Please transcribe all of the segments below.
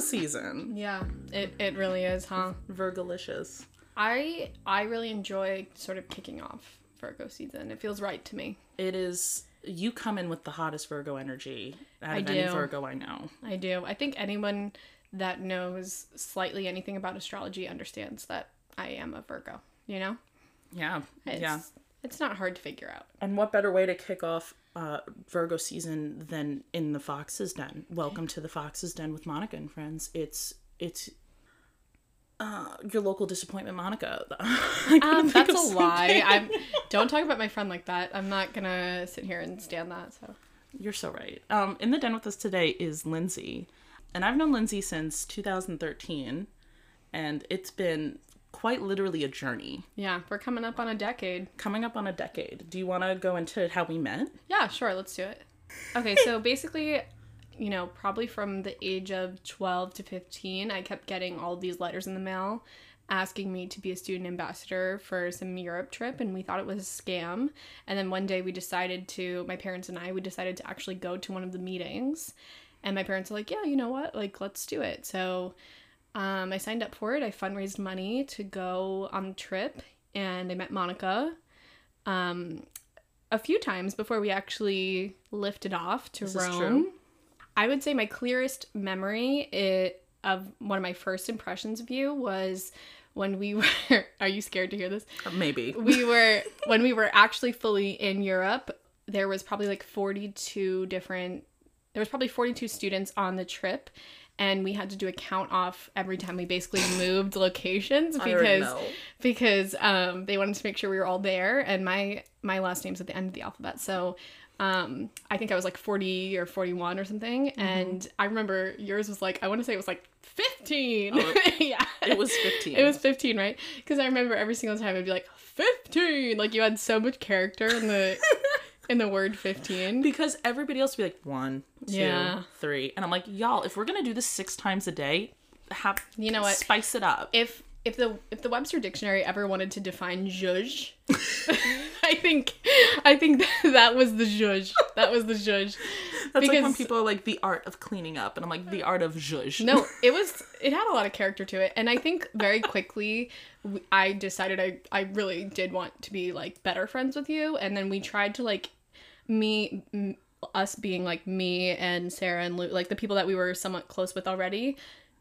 season. Yeah, it, it really is, huh? Virgolicious. I I really enjoy sort of kicking off Virgo season. It feels right to me. It is. You come in with the hottest Virgo energy out I of any do. Virgo I know. I do. I think anyone that knows slightly anything about astrology understands that I am a Virgo, you know? Yeah. It's, Yeah. It's not hard to figure out. And what better way to kick off uh, Virgo season than in the Fox's Den? Welcome to the Fox's Den with Monica and friends. It's it's uh, your local disappointment, Monica. I couldn't Um, think that's a of lie. something. I'm don't talk about my friend like that. I'm not gonna sit here and stand that. So You're so right. Um, in the den with us today is Lindsay, and I've known Lindsay since 2013, and it's been quite literally a journey, yeah, we're coming up on a decade. coming up on a decade. Do you want to go into how we met? Yeah, sure, let's do it. Okay, so basically, you know, probably from the age of 12 to 15, I kept getting all these letters in the mail asking me to be a student ambassador for some Europe trip, and we thought it was a scam. And then one day we decided to, my parents and I, we decided to actually go to one of the meetings. And my parents were like, yeah, you know what? Like, let's do it. So um, I signed up for it. I fundraised money to go on the trip, and I met Monica. Um, a few times before we actually lifted off to This is Rome. true. I would say my clearest memory it, of one of my first impressions of you was when we were. Are you scared to hear this? Or maybe. We were when we were actually fully in Europe. There was probably like forty-two different. There was probably forty-two students on the trip, and we had to do a count off every time we basically moved locations I already because know. because um, they wanted to make sure we were all there and my my last name's at the end of the alphabet so um, i think i was like 40 or 41 or something Mm-hmm. and i remember yours was like i want to say it was like 15 Oh, yeah it was 15. it was 15 right because i remember every single time i'd be like 15 like you had so much character in the in the word 15 because everybody else would be like one, two, three, Yeah. and I'm like, y'all, if we're gonna do this six times a day, have You know what? spice it up. if if the if the Webster dictionary ever wanted to define zhuzh, I think I think that, was the zhuzh. That was the zhuzh. That's like when because- people are like the art of cleaning up, and I'm like the art of zhuzh. No, it was it had a lot of character to it, and I think very quickly w- I decided I I really did want to be like better friends with you, and then we tried to like me. M- us being like me and Sarah and Luke, like the people that we were somewhat close with already,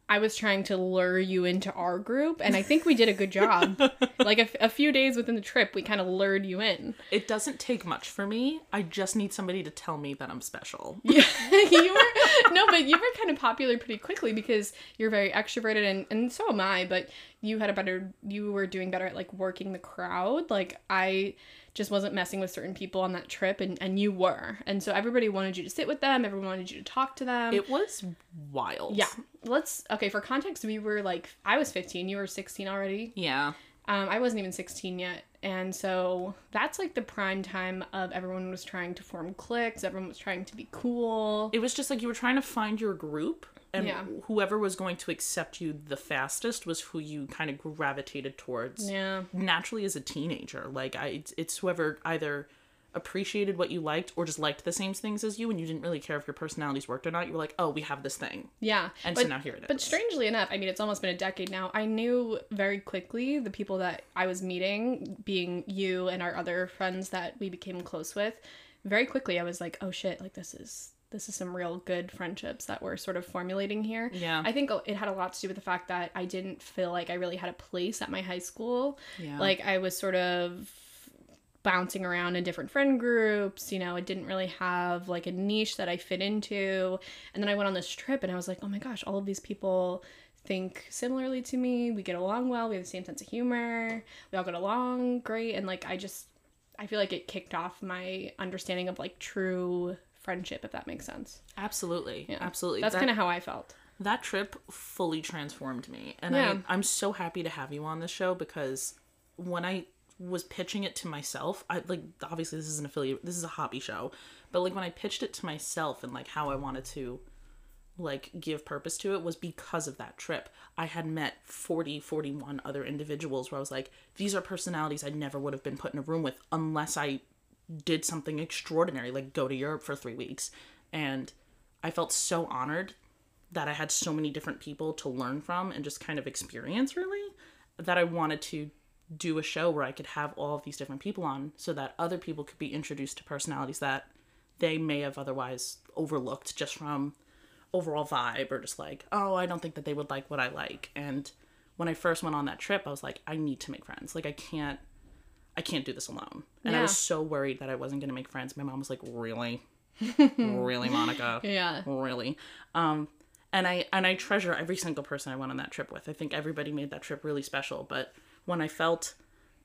I was trying to lure you into our group, and I think we did a good job. like a, f- a few days within the trip, we kind of lured you in. It doesn't take much for me. I just need somebody to tell me that I'm special. Yeah, you were no, but you were kind of popular pretty quickly because you're very extroverted and and so am I. But you had a better, you were doing better at like working the crowd. Like I just wasn't messing with certain people on that trip, and and you were, and so everybody wanted you to sit with them. Everyone wanted you to talk to them. It was wild. yeah, let's okay. For context, we were like I was 15, you were 16 already. Yeah. Um, I wasn't even 16 yet. And so that's like the prime time of everyone was trying to form cliques, everyone was trying to be cool. It was just like you were trying to find your group, and Yeah. whoever was going to accept you the fastest was who you kind of gravitated towards. yeah. naturally as a teenager. Like I, it's, it's whoever either appreciated what you liked or just liked the same things as you, and you didn't really care if your personalities worked or not. You were like, oh, we have this thing, Yeah. and but, so now here it is. but strangely enough, I mean, it's almost been a decade now. I knew very quickly the people that I was meeting, being you and our other friends that we became close with. Very quickly, I was like, oh shit, like this is this is some real good friendships that we're sort of formulating here. Yeah. I think it had a lot to do with the fact that I didn't feel like I really had a place at my high school. yeah. Like I was sort of bouncing around in different friend groups, you know, I didn't really have like a niche that I fit into. And then I went on this trip and I was like, "Oh my gosh, all of these people think similarly to me. We get along well, we have the same sense of humor. We all get along great." And like I just I feel like it kicked off my understanding of like true friendship if that makes sense. absolutely, Yeah. absolutely. That's that, kind of how I felt. that trip fully transformed me, and Yeah. I, I'm so happy to have you on the show because when I was pitching it to myself, I like obviously this is an affiliate, this is a hobby show, but like when I pitched it to myself and like how I wanted to like give purpose to it was because of that trip. I had met 40, 41 other individuals where I was like, these are personalities I never would have been put in a room with unless I did something extraordinary, like go to Europe for three weeks. And I felt so honored that I had so many different people to learn from and just kind of experience really that I wanted to do a show where I could have all of these different people on so that other people could be introduced to personalities that they may have otherwise overlooked just from overall vibe or just like, oh, I don't think that they would like what I like. And when I first went on that trip, I was like, I need to make friends. Like I can't I can't do this alone. And I Yeah. was so worried that I wasn't going to make friends. My mom was like, "Really? really, Monica?" Yeah. really um and i and i treasure every single person i went on that trip with i think everybody made that trip really special but when i felt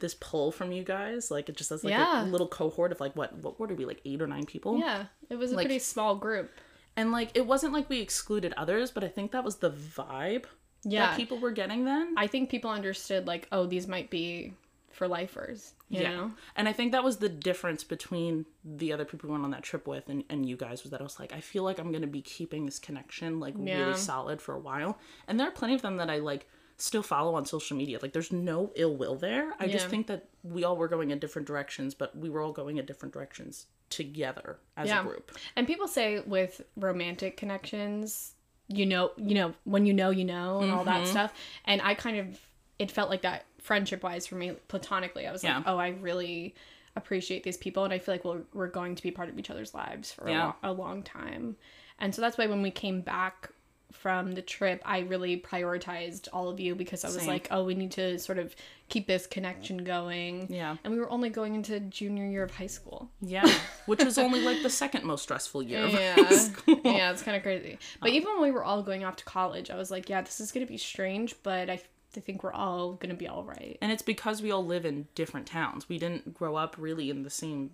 this pull from you guys like it just as like Yeah. a little cohort of like what what were we like eight or nine people Yeah. It was a Like- pretty small group. and like it wasn't like we excluded others but i think that was the vibe Yeah. that people were getting then I think people understood like, oh, these might be for lifers, you know? And I think that was the difference between the other people we went on that trip with and, and you guys was that I was like, I feel like I'm gonna be keeping this connection like Yeah. really solid for a while. And there are plenty of them that I like still follow on social media. Like there's no ill will there. I just Yeah. think that we all were going in different directions, but we were all going in different directions together as Yeah. a group. And people say with romantic connections, you know, you know, when you know, you know, and all that Mm-hmm. stuff. And I kind of, it felt like that friendship wise for me, platonically. I was Yeah. like, oh, I really appreciate these people, and I feel like we're we're going to be part of each other's lives for Yeah. a, lo- a long time. And so that's why when we came back from the trip, I really prioritized all of you because I was Same. like, oh, we need to sort of keep this connection going. Yeah. And we were only going into junior year of high school. Yeah. Which was only like the second most stressful year of Yeah. high school. Oh. yeah, it's kind of crazy. But even when we were all going off to college, I was like, yeah, this is going to be strange, but I, f- I think we're all going to be all right. And it's because we all live in different towns. We didn't grow up really in the same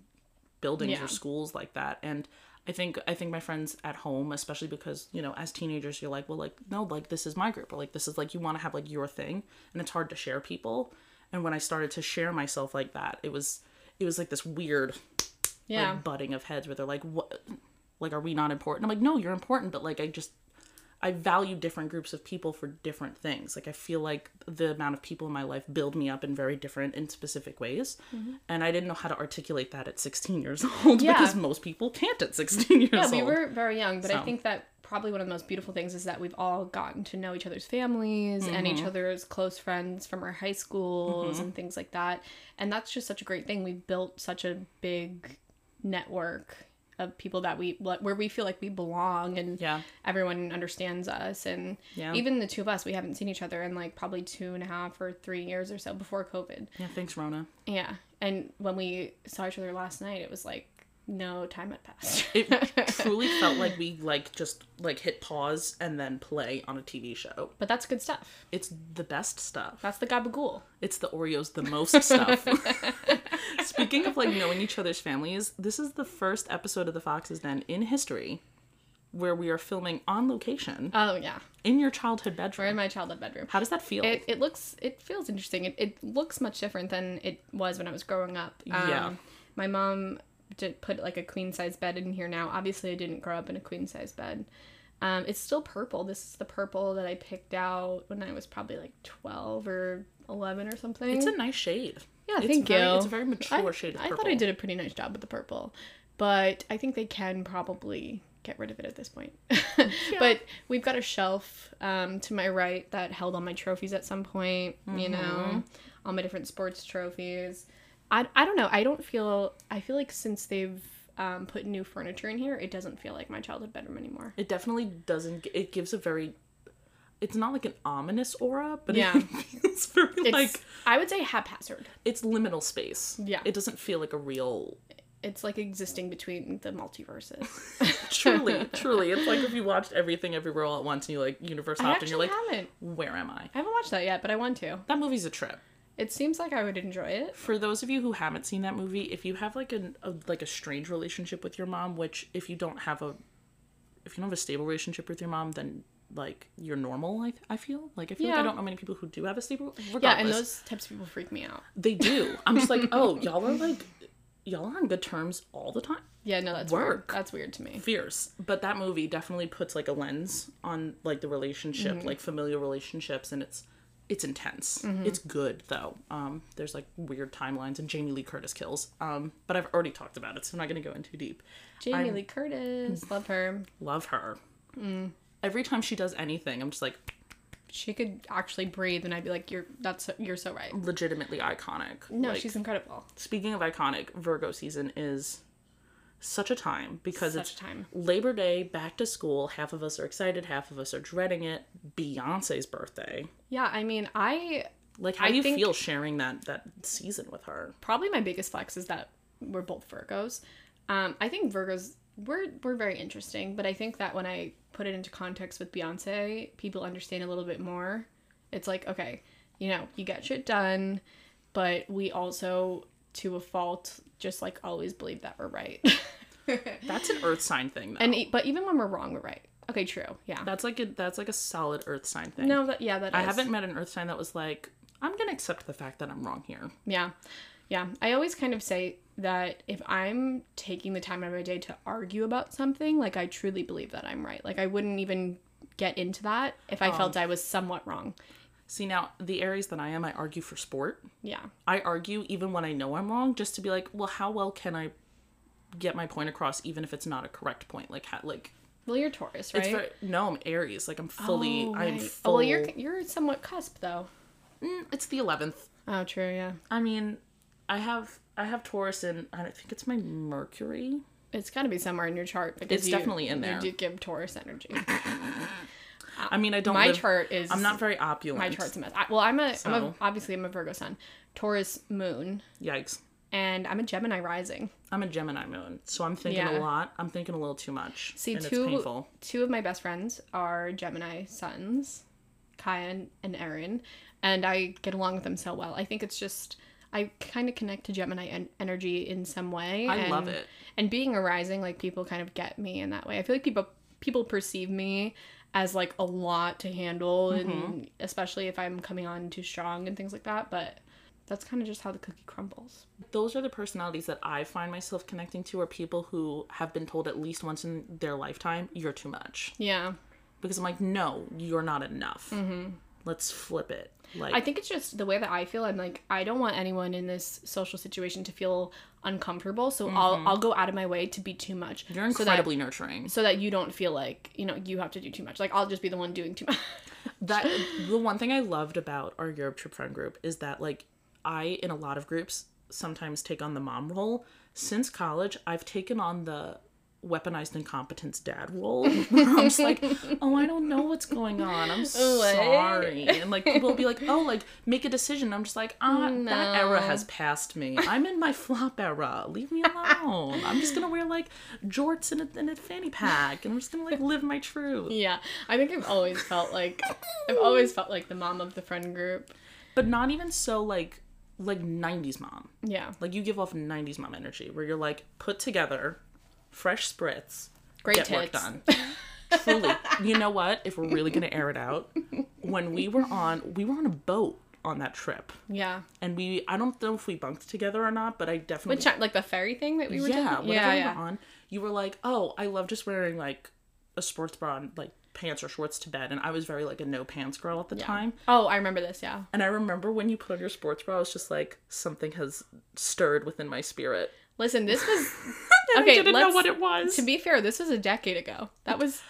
buildings Yeah. or schools like that. And I think I think my friends at home, especially because, you know, as teenagers you're like, well like no, like this is my group or like this is like you want to have like your thing and it's hard to share people. And when I started to share myself like that, it was it was like this weird Yeah. like butting of heads where they're like what like are we not important i'm like no you're important but like i just i value different groups of people for different things like i feel like the amount of people in my life build me up in very different and specific ways and i didn't know how to articulate that at 16 years Mm-hmm. old Yeah. because most people can't at 16 years yeah, old we were very young, but I So. think that probably one of the most beautiful things is that we've all gotten to know each other's families and Mm-hmm. each other's close friends from our high schools and things like that. And that's just such a great thing. We've built such a big network of people that we where we feel like we belong and Yeah. everyone understands us and Yeah. even the two of us we haven't seen each other in like probably two and a half or three years or so before covid yeah thanks rona yeah and when we saw each other last night it was like no time had passed it truly felt like we like just like hit pause and then play on a tv show But that's good stuff. it's the best stuff That's the gabagool. It's the Oreos the most stuff. Speaking of like knowing each other's families, this is the first episode of the Fox's Den in history where we are filming on location Oh yeah, in your childhood we're bedroom. in my childhood bedroom. How does that feel? It, it looks it feels interesting. It, it looks much different than it was when I was growing up. Um, Yeah. My mom did put like a queen size bed in here now. Obviously, I didn't grow up in a queen size bed. Um, it's still purple. This is the purple that I picked out when I was probably like twelve or eleven or something. it's a nice shade. yeah, it's thank very, you. It's a very mature I, shade of I purple. thought I did a pretty nice job with the purple, but I think they can probably get rid of it at this point. But we've got a shelf um, to my right that held all my trophies at some point, you Mm-hmm. know, all my different sports trophies. I, I don't know. I don't feel, I feel like since they've um, put new furniture in here, it doesn't feel like my childhood bedroom anymore. It definitely doesn't. g- It gives a very. It's not like an ominous aura, but Yeah. it feels very It's, like I would say haphazard. it's liminal space. Yeah. it doesn't feel like a real It's like existing between the multiverses. truly, truly. It's like if you watched everything everywhere all at once and you like universe I hopped and you're actually like, haven't. where am I? I haven't watched that yet, but I want to. That movie's a trip. It seems like I would enjoy it. For those of you who haven't seen that movie, if you have like an, a like a strange relationship with your mom, which if you don't have a if you don't have a stable relationship with your mom, then like you're normal. I, I feel like I feel like Yeah. I don't know many people who do have a stable. Regardless, Yeah, and those types of people freak me out. they do. I'm just like, oh, y'all are like y'all are on good terms all the time. Yeah, no, that's weird. Work. That's weird to me. fierce but that movie definitely puts like a lens on like the relationship Mm-hmm. like familial relationships and it's it's intense it's good though um there's like weird timelines and jamie lee curtis kills um but i've already talked about it so i'm not gonna go in too deep Jamie Lee Curtis, love her. love her every time she does anything, I'm just like She could actually breathe, and I'd be like, "You're that's you're so right." legitimately iconic. No, Like, she's incredible. speaking of iconic, Virgo season is such a time because Such it's time. Labor Day, back to school. Half of us are excited, half of us are dreading it. Beyonce's birthday. Yeah, I mean, I Like how I do you think- feel sharing that that season with her? probably my biggest flex is that we're both Virgos. Um, I think Virgos we're we're very interesting, but I think that when I put it into context with Beyonce, people understand a little bit more. It's like okay, you know, you get shit done, but we also, to a fault, just like always believe that we're right. That's an earth sign thing though. and e- but even when we're wrong, we're right. Okay, true. Yeah. that's like a that's like a solid earth sign thing. no, that yeah, that I is. haven't met an earth sign that was like, I'm gonna accept the fact that I'm wrong here. Yeah. Yeah. I always kind of say that if I'm taking the time out of my day to argue about something, like I truly believe that I'm right. Like I wouldn't even get into that if I Oh. felt I was somewhat wrong. See now, the Aries that I am, I argue for sport. Yeah. I argue even when I know I'm wrong, just to be like, well, how well can I get my point across, even if it's not a correct point? Like, how, like Well, you're Taurus, right? it's very, no, I'm Aries. Like I'm fully, Oh, I'm right. full. Oh, well, you're you're somewhat cusp though. Mm, it's the eleventh. Oh, true. Yeah. I mean, I have I have Taurus and I think it's my Mercury. It's got to be somewhere in your chart because It's you- definitely in there. You do give Taurus energy. I mean, I don't. My live- chart is I'm not very opulent. my chart's a mess. I, well, I'm a, I'm a So- obviously I'm a Virgo sun, Taurus moon, Yikes. and I'm a Gemini rising. I'm a Gemini moon, so I'm thinking Yeah. a lot. I'm thinking a little too much. See, and two it's painful. two of my best friends are Gemini sons, Kaya and- and Erin, and I get along with them so well. I think it's just I kind of connect to Gemini en- energy in some way. I and, love it. And being a rising, like people kind of get me in that way. I feel like people people perceive me as like a lot to handle, Mm-hmm. and especially if I'm coming on too strong and things like that. But that's kind of just how the cookie crumbles. Those are the personalities that I find myself connecting to are people who have been told at least once in their lifetime, you're too much. Yeah. Because I'm like, no, you're not enough. Let's flip it. Like, Mm-hmm. I think it's just the way that I feel. I'm like, I don't want anyone in this social situation to feel uncomfortable. So I'll I'll go out of my way to be too much. Mm-hmm. you're incredibly nurturing. So that, so that you don't feel like, you know, you have to do too much. Like I'll just be the one doing too much. That the one thing I loved about our Europe trip friend group is that like I in a lot of groups sometimes take on the mom role. Since college, I've taken on the weaponized incompetence dad role. I'm just like, oh, I don't know what's going on. I'm sorry, and like people will be like, oh, like make a decision. I'm just like, ah, that era has passed me. I'm in my flop era. Leave me alone. I'm just gonna wear like jorts and a, and a fanny pack, and I'm just gonna like live my truth. yeah. I think I've always felt like I've always felt like the mom of the friend group. but not even so like like 90s mom Yeah. like you give off 90s mom energy where you're like put together fresh spritz Great get work tits. done truly you know what if we're really gonna air it out when we were on we were on a boat on that trip Yeah. and we i don't know if we bunked together or not but i definitely Which time- like the fairy thing that we were yeah doing. whatever Yeah, we yeah. were on you were like oh i love just wearing like a sports bra and like pants or shorts to bed and i was very like a no pants girl at the time Oh, I remember this, yeah. and I remember when you put on your sports bra, I was just like, something has stirred within my spirit. Listen, this was And Okay, I didn't know let's- what it was. to To be-, be fair, this was a decade ago. That was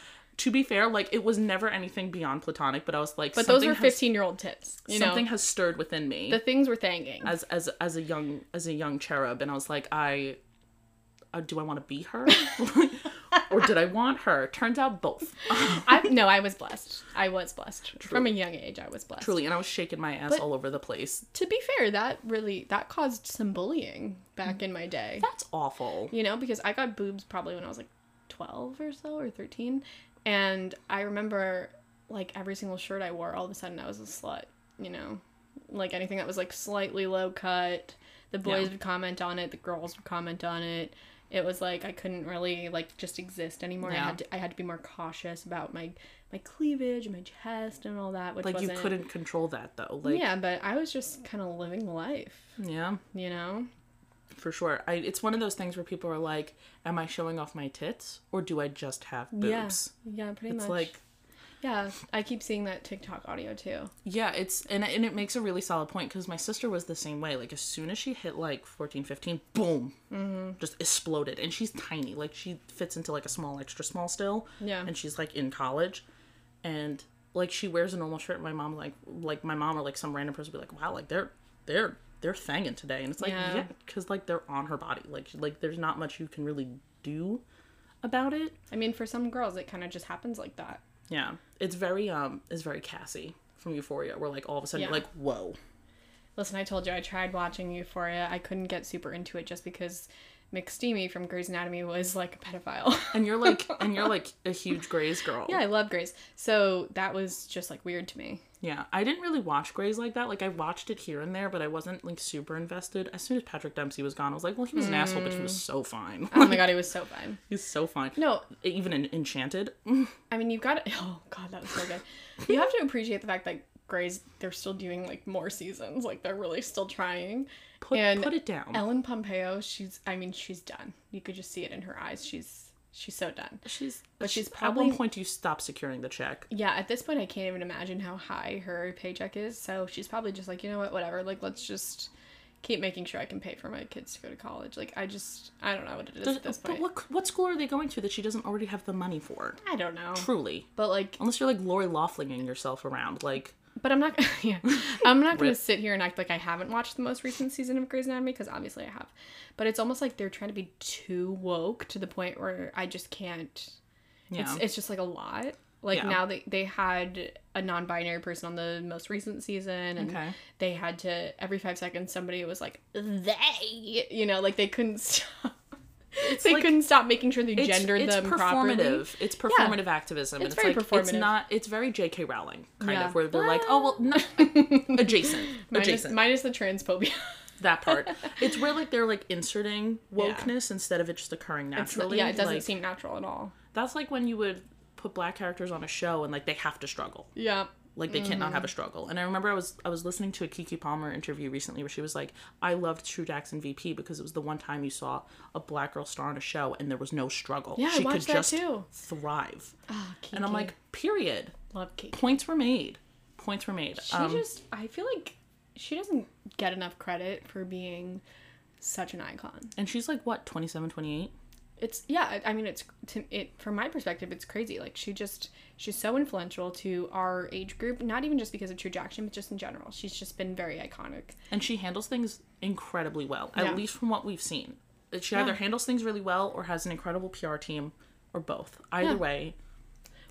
fair, like it was never anything beyond platonic, but I was like, but those something were has, 15-year-old tips, you know. something has stirred within me the things were thanging. as as as a young as a young cherub, and I was like, I. Uh, do I want to be her, or did I want her? Turns out both, I no, I was blessed. I was blessed from a young age. I was blessed. truly. And I was shaking my ass all over the place. To be fair, that really that caused some bullying Mm. back in my day. That's awful. You know, because I got boobs probably when I was like twelve or so or thirteen, and I remember like every single shirt I wore, all of a sudden I was a slut. You know, like anything that was like slightly low cut, the boys Yeah. would comment on it, the girls would comment on it. It was like I couldn't really like just exist anymore. I Yeah. had to I had to be more cautious about my my cleavage and my chest and all that, which Like wasn't you couldn't control that though. Like yeah, but I was just kind of living life, yeah. you know? for sure. I, it's one of those things where people are like, "Am I showing off my tits, or do I just have boobs?" Yeah, yeah, pretty It's much. like, yeah, I keep seeing that TikTok audio too. yeah, it's and and it makes a really solid point because my sister was the same way. Like as soon as she hit like 14, 15, boom, Mm-hmm. just exploded, and she's tiny. Like she fits into like a small, extra small still, Yeah. and she's like in college. and like she wears a normal shirt. And my mom like like my mom or like some random person would be like, wow, like they're they're they're thangin' today, and it's like Yeah. yeah, because like they're on her body. Like like there's not much you can really do about it. I mean, for some girls, it kind of just happens like that. Yeah, it's very um it's very Cassie from Euphoria, where like all of a sudden you're Yeah. like, whoa. Listen, I told you I tried watching Euphoria. I couldn't get super into it just because McSteamy from Grey's Anatomy was like a pedophile. and you're like and you're like a huge Grays girl. yeah, I love Grey's. So that was just like weird to me. Yeah. I didn't really watch Grays like that. Like I watched it here and there, but I wasn't like super invested. As soon as Patrick Dempsey was gone, I was like, well, he was an asshole, but he was so fine. Oh my god, it was so fun. He's so fine. No, Even in Enchanted. Mm, I mean, you've got to. Oh god, that was so good. You have to appreciate the fact that Grey's they're still doing like more seasons. Like they're really still trying. Put And put it down. Ellen Pompeo, she's. I mean, she's done. You could just see it in her eyes. She's she's so done. she's but she's at probably- one point you stop securing the check. Yeah, at this point, I can't even imagine how high her paycheck is. So she's probably just like, you know what, whatever. Like, let's just keep making sure I can pay for my kids to go to college. Like, I just, I don't know what it is Does- at this but point. what what school are they going to that she doesn't already have the money for? I don't know. Truly. But like, Unless you're like Lori Loughlinging yourself around. Like but I'm not, yeah, I'm not gonna Rip. sit here and act like I haven't watched the most recent season of Grey's Anatomy because obviously I have. But it's almost like they're trying to be too woke to the point where I just can't. yeah. It's, it's just like a lot. Like Yeah. now they, they had a non-binary person on the most recent season, and Okay. they had to every five seconds somebody was like they, you know, like they couldn't stop. they like- couldn't stop making sure they It's- gendered it's them performative. properly. It's performative activism. It's and very it's like, It's performative. not. It's very J.K. Rowling kind Yeah. of where they're like, oh well, not, adjacent, Minus, adjacent minus the transphobia. that part. It's where like they're like inserting wokeness instead of it just occurring It's not- naturally. yeah, it doesn't Like, seem natural at all. That's like when you would put black characters on a show and like they have to struggle. Yeah. Like they can't not Mm-hmm. have a struggle. And I remember I was I was listening to a Kiki Palmer interview recently where she was like, I loved True Jackson VP because it was the one time you saw a black girl star on a show and there was no struggle. Yeah, I she watched could that just too. thrive. Oh, And I'm like, period. love Kiki. Points were made. Points were made. She um, just, I feel like she doesn't get enough credit for being such an icon. and she's like what, 27, 28? It's yeah, I I mean it's to it from my perspective it's crazy. Like she just she's so influential to our age group, not even just because of True Jackson, but just in general. She's just been very iconic. And she handles things incredibly well, Yeah. at least from what we've seen. Uh, She either handles things really well or has an incredible PR team or both. Either Yeah. way,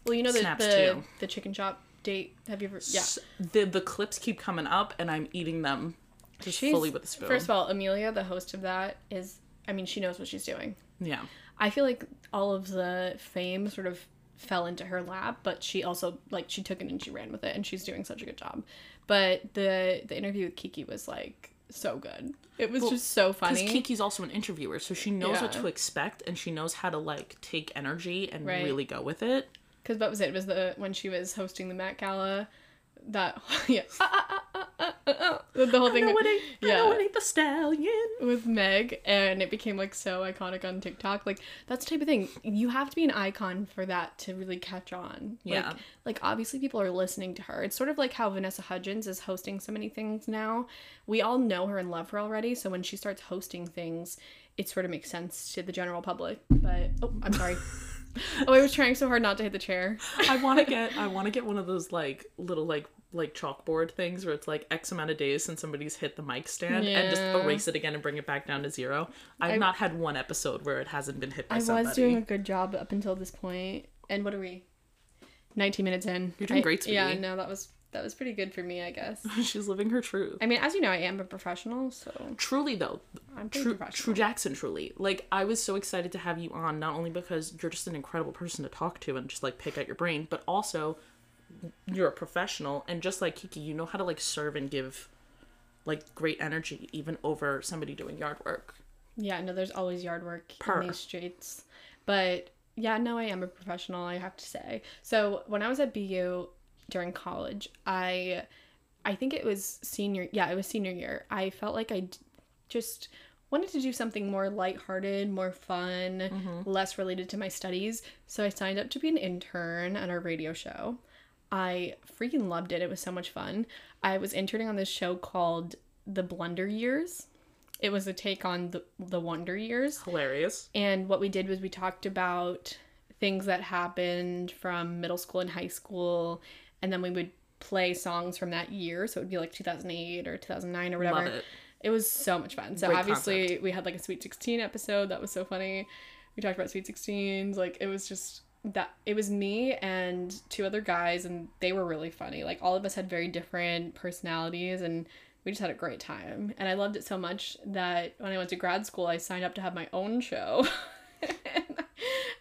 Well, you know the Snaps the, too. the chicken shop date. Have you ever? Yeah, s- the the clips keep coming up and I'm eating them just fully with a spoon. First of all, Amelia, the host of that, is I mean she knows what she's doing. yeah. I feel like all of the fame sort of fell into her lap, but she also like she took it and she ran with it, and she's doing such a good job. But the the interview with Kiki was like so good. It was just so Because funny. Kiki's also an interviewer, so she knows what Yeah. to expect and she knows how to like take energy and Right. really go with it. Because what was it? It was the when she was hosting the Met Gala. That yeah, uh, uh, uh, uh, uh, uh, the whole thing No, it ain't, Yeah. no, it ain't the stallion. with Meg, and it became like so iconic on TikTok. Like that's the type of thing you have to be an icon for that to really catch on. Yeah. Like, like obviously people are listening to her. It's sort of like how Vanessa Hudgens is hosting so many things now. We all know her and love her already. So when she starts hosting things, it sort of makes sense to the general public. But oh, I'm sorry. oh, I was trying so hard not to hit the chair. I want to get I want to get one of those like little like like chalkboard things where it's like X amount of days since somebody's hit the mic stand and just Yeah. erase it again and bring it back down to zero. I've not had one episode where it hasn't been hit by I somebody. was doing a good job up until this point. And what are we? 19 minutes in. You're doing I- great, Yeah, sweetie. no, that was that was pretty good for me, I guess. She's living her truth. I mean, as you know, I am a professional, so Truly though, I'm pretty true, professional. true Jackson. Truly, like I was so excited to have you on, not only because you're just an incredible person to talk to and just like pick at your brain, but also you're a professional and just like Kiki, you know how to like serve and give like great energy even over somebody doing yard work. Yeah, no, there's always yard work Per. in these streets. But yeah, no, I am a professional, I have to say. So when I was at BU during college, I I think it was senior yeah, it was senior year. I felt like I d- just wanted to do something more lighthearted, more fun, less related to my studies. So I signed up to be an intern at our radio show. I freaking loved it. It was so much fun. I was interning on this show called The Blunder Years. It was a take on the, the Wonder Years. Hilarious. And what we did was we talked about things that happened from middle school and high school, and then we would play songs from that year. So it would be like 2008 or 2009 or whatever. Love it. It was so much fun. So Great obviously we had like a Sweet 16 episode that was so funny. We talked about Sweet 16s. Like it was just that it was me and two other guys and they were really funny. Like all of us had very different personalities and we just had a great time. And I loved it so much that when I went to grad school I signed up to have my own show. and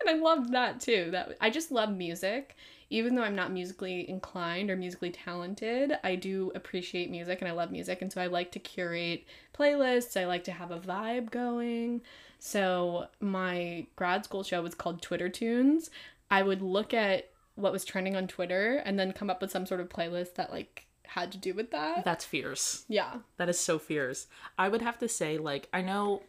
I loved that too. That I just love music. Even though I'm not musically inclined or musically talented, I do appreciate music and I love music. And so I like to curate playlists. I like to have a vibe going. So my grad school show was called Twitter Tunes. I would look at what was trending on Twitter and then come up with some sort of playlist that like had to do with that. That's fierce. Yeah. That is so fierce. I would have to say, like, I know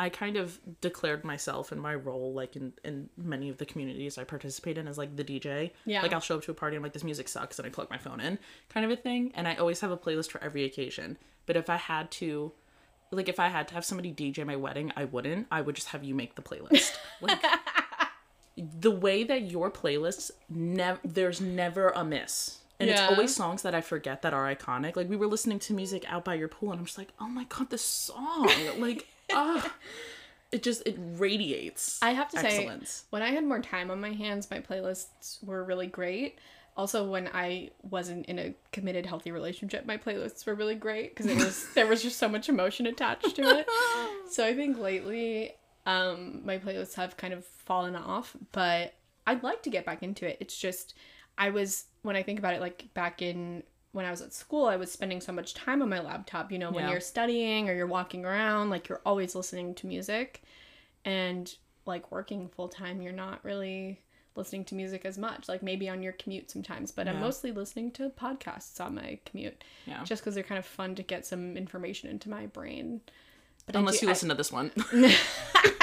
I kind of declared myself in my role, like in, in many of the communities I participate in as like the DJ. Yeah. Like I'll show up to a party, I'm like, this music sucks, and I plug my phone in, kind of a thing. And I always have a playlist for every occasion. But if I had to like if I had to have somebody DJ my wedding, I wouldn't. I would just have you make the playlist. like the way that your playlists never there's never a miss. And Yeah. it's always songs that I forget that are iconic. Like we were listening to music out by your pool and I'm just like, "Oh my god, this song." Like ah it just it radiates. I have to say, excellence. When I had more time on my hands, my playlists were really great. Also, when I wasn't in a committed, healthy relationship, my playlists were really great because it was there was just so much emotion attached to it. So I think lately, um, my playlists have kind of fallen off, but I'd like to get back into it. It's just I was when I think about it, like back in when I was at school, I was spending so much time on my laptop. You know, when Yeah. you're studying or you're walking around, like you're always listening to music and like working full time, you're not really listening to music as much. Like maybe on your commute sometimes, but I'm Yeah. mostly listening to podcasts on my commute. Yeah. Just because they're kind of fun to get some information into my brain. But I Unless do- you I- listen to this one.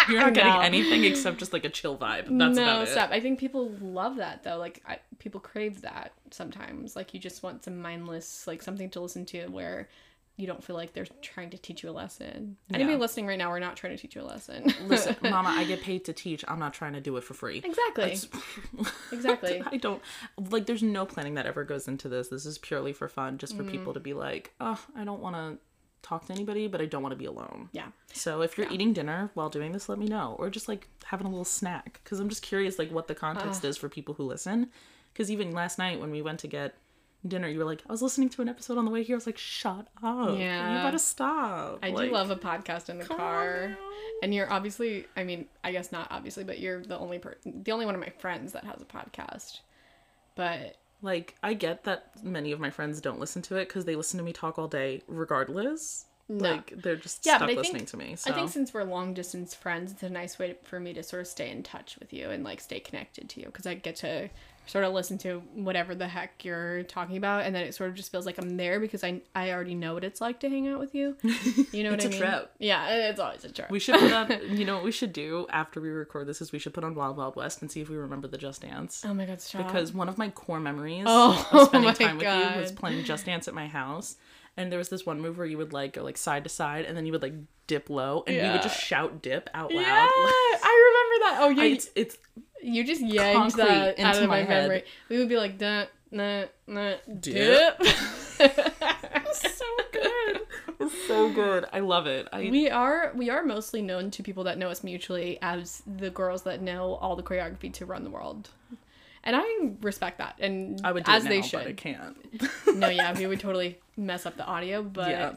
You're not getting No. anything except just like a chill vibe. That's no, about it. stop. I think people love that though. Like I, people crave that sometimes. Like you just want some mindless, like something to listen to where you don't feel like they're trying to teach you a lesson. Anybody Yeah. listening right now, we're not trying to teach you a lesson. Listen, mama, I get paid to teach. I'm not trying to do it for free. exactly. Exactly. I don't like there's no planning that ever goes into this. This is purely for fun, just for people to be like, "Oh, I don't want to talk to anybody, but I don't want to be alone." yeah. So, if you're eating dinner while doing this, let me know or just like having a little snack cuz I'm just curious like what the context is for people who listen. Cuz even last night when we went to get dinner, you were like, "I was listening to an episode on the way here." I was like, "Shut up. You Yeah. got to stop." I Like, do love a podcast in the come on car. now. And you're obviously, I mean, I guess not obviously, but you're the only person, the only one of my friends that has a podcast. But Like, I get that many of my friends don't listen to it because they listen to me talk all day, regardless. No. Like, they're just Yeah, but stuck I think- listening to me. So, I think since we're long distance friends, it's a nice way for me to sort of stay in touch with you and like stay connected to you because I get to sort of listen to whatever the heck you're talking about, and then it sort of just feels like I'm there because I I already know what it's like to hang out with you. You know what It's I a mean? trip. Yeah, it's always a trip. we should put on, you know, what we should do after we record this is we should put on Wild Wild West and see if we remember the Just Dance. oh my god, stop. because one of my core memories Oh, of spending my time with you was God. playing Just Dance at my house. And there was this one move where you would like go like side to side and then you would like dip low and we Yeah. would just shout dip out loud. yeah, I remember that. Oh, you I- it's, it's You just yanked concrete that out into of my, my head. memory. We would be like, duh, nah, nah, Dip. dip. so good. so good. I love it. I We are we are mostly known to people that know us mutually as the girls that know all the choreography to Run the World, and I respect that. And I would do as it now, they but I should. can't. no, yeah, we would totally mess up the audio, but Yeah.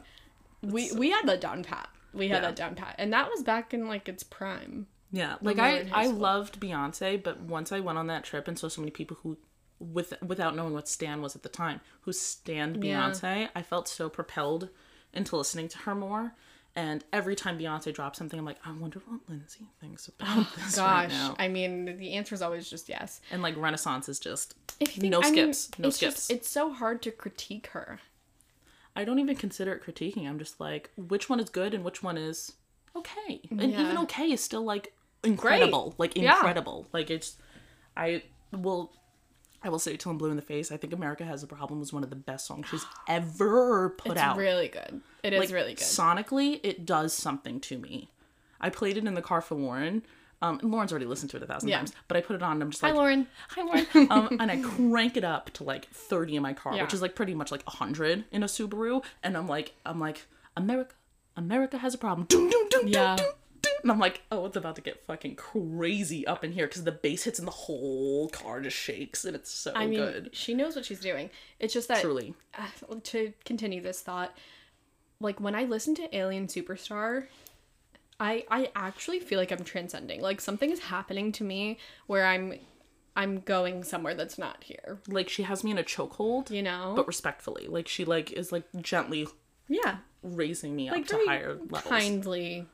we we had that down pat. We had Yeah. that down pat, and that was back in like its prime. Yeah, like we were I, in high I school. loved Beyonce, but once I went on that trip and saw so many people who, with without knowing what Stan was at the time, who stand Yeah. Beyonce, I felt so propelled into listening to her more. And every time Beyonce drops something, I'm like, I wonder what Lindsay thinks about this right Gosh, now. I mean, the answer is always just yes. And like Renaissance is just, If you No I mean, skips. No it's just- skips. it's so hard to critique her. I don't even consider it critiquing. I'm just like, which one is good and which one is okay, and Yeah. even okay is still like incredible, like Yeah. incredible. Like it's, I will, I will say till I'm blue in the face. I think America Has a Problem was one of the best songs she's ever put It's out. really good. It is like really good. sonically, it does something to me. I played it in the car for Lauren. Um, and Lauren's already listened to it a thousand Yeah. times, but I put it on and I'm just Hi, like, Lauren. hi Lauren. um, and I crank it up to like 30 in my car, Yeah. which is like pretty much like 100 in a Subaru. And I'm like, I'm like, America, America has a problem. Doom, doom, doom, Yeah. doom, doom, doom. And I'm like, oh, it's about to get fucking crazy up in here because the bass hits and the whole car just shakes and it's so I mean, good. she knows what she's doing. It's just that Truly. uh, to continue this thought, like when I listen to Alien Superstar, I I actually feel like I'm transcending. Like something is happening to me where I'm I'm going somewhere that's not here. Like she has me in a chokehold, You know? but respectfully. Like she like is like gently yeah. raising me up Like to very higher levels. kindly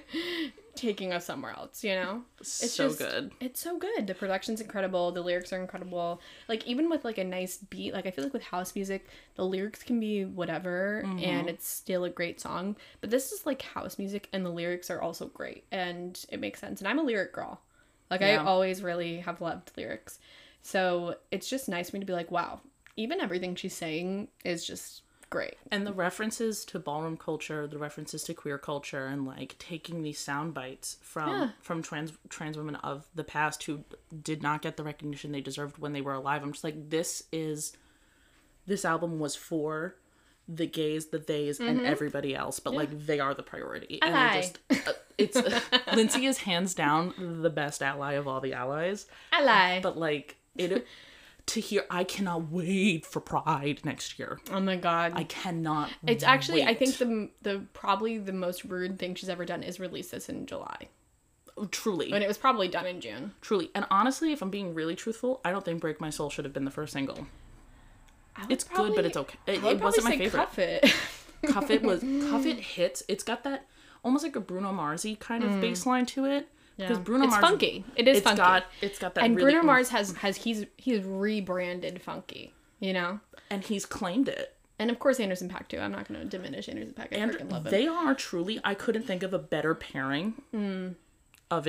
taking us somewhere else, you know? it's so good. It's so good. The production's incredible. The lyrics are incredible. Like even with like a nice beat, like I feel like with house music, the lyrics can be whatever, Mm-hmm. and it's still a great song. But this is like house music, and the lyrics are also great, and it makes sense. And I'm a lyric girl. Like I Yeah. always really have loved lyrics, so it's just nice for me to be like, wow, even everything she's saying is just great. And the references to ballroom culture, the references to queer culture, and like taking these sound bites from Yeah. from trans trans women of the past who did not get the recognition they deserved when they were alive. I'm just like, this is this album was for the gays, the theys, Mm-hmm. and everybody else, but like they are the priority. And I Ally. just uh, it's Lindsay is hands down the best ally of all the allies. I lie. But like it to hear I cannot wait for Pride next year. oh my god, I cannot It's actually, I think wait. the the probably the most rude thing she's ever done is release this in July, truly when it was probably done in June. truly and honestly if i'm being really truthful i don't think break my soul should have been the first single I would it's good but probably- it's okay I it, would it wasn't my probably say favorite Cuff it. cuff it was cuff it hits it's got that almost like a bruno marsy kind of bass line to it because Mm. bruno it's mars funky. It is it's funky. got it's got that and really, Bruno Mars has has he's he's rebranded funky, you know. and he's claimed it And of course Anderson Paak too. I'm not going to diminish Anderson Paak. I and freaking love him. they are truly i couldn't think of a better pairing of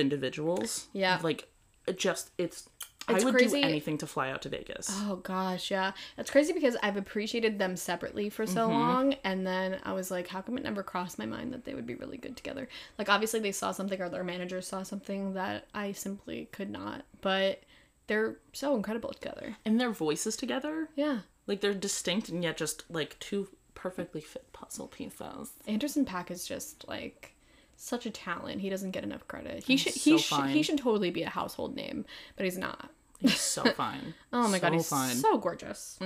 Mm. individuals Yeah. like it just it's, It's i would crazy. do anything to fly out to vegas Oh gosh, yeah. That's crazy because I've appreciated them separately for so Mm-hmm. long and then I was like, how come it never crossed my mind that they would be really good together? Like obviously they saw something or their manager saw something that I simply could not, but they're so incredible together. and their voices together Yeah. Like they're distinct and yet just like two perfectly fit puzzle pieces. Anderson Pack is just like such a talent. He doesn't get enough credit. He should so he should he fine. should totally be a household name, but he's not. He's so fine. Oh my god, So Mm. he's so gorgeous.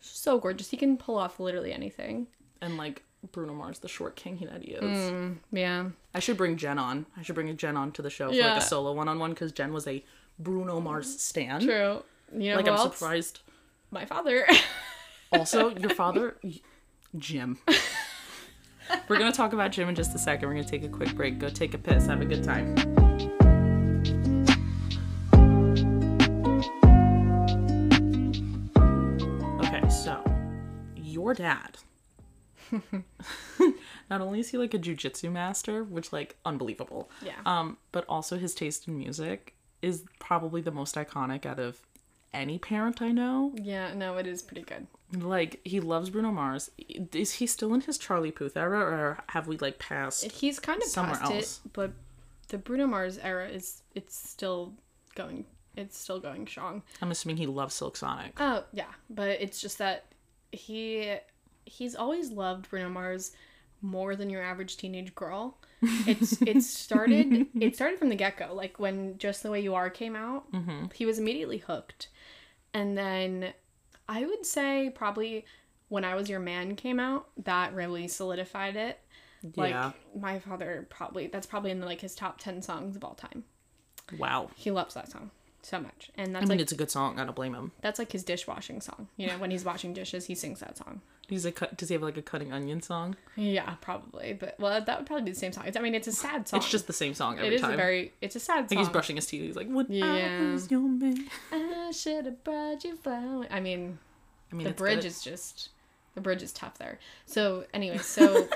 So gorgeous. He can pull off literally anything. and like Bruno Mars, the short king that he is. Mm. Yeah. I should bring Jen on. I should bring Jen on to the show for Yeah. like a solo one on one because Jen was a Bruno Mars stan. True. You know Like who I'm else? surprised. My father. Also, your father, y- Jim. We're gonna talk about Jim in just a second. We're gonna take a quick break. Go take a piss. Have a good time. Okay, so your dad. Not only is he like a jujitsu master, which like unbelievable. Yeah. Um, but also his taste in music is probably the most iconic out of any parent I know. yeah, no, it is pretty good. Like he loves Bruno Mars. Is he still in his Charlie Puth era, or have we like passed? He's kind of Somewhere past else. it, but the Bruno Mars era is it's still going it's still going strong. I'm assuming he loves Silk Sonic. Oh yeah, but it's just that he he's always loved Bruno Mars more than your average teenage girl. It's it started it started from the get go. Like when Just the Way You Are came out, Mm-hmm. he was immediately hooked, and then I would say probably when I Was Your Man came out, that really solidified it. Like Yeah. my father probably that's probably in like his top ten songs of all time. Wow. He loves that song so much, and that's I mean, like it's a good song. I don't blame him. that's like his dishwashing song. You know, when he's washing dishes, he sings that song. He's a cut. Does he have like a cutting onion song? Yeah, probably. But well, that would probably be the same song. It's, I mean, it's a sad song. It's just the same song every it is time. a very it's a sad song. like he's brushing his teeth. He's like, "Would Yeah. I lose your man?" I should have brought you flowers. I mean, I mean, the it's bridge good. is just the bridge is tough there. So anyway, so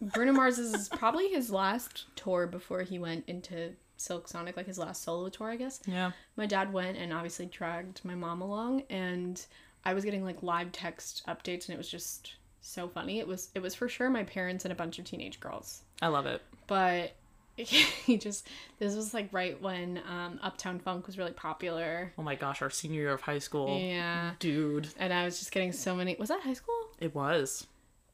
Bruno Mars is probably his last tour before he went into Silk Sonic, like his last solo tour, I guess. Yeah. my dad went and obviously dragged my mom along and i was getting like live text updates and it was just so funny it was it was for sure my parents and a bunch of teenage girls I love it. but he just this was like right when um, Uptown Funk was really popular. Oh my gosh, our senior year of high school. Yeah, Dude, and I was just getting so many. Was that high school? it was.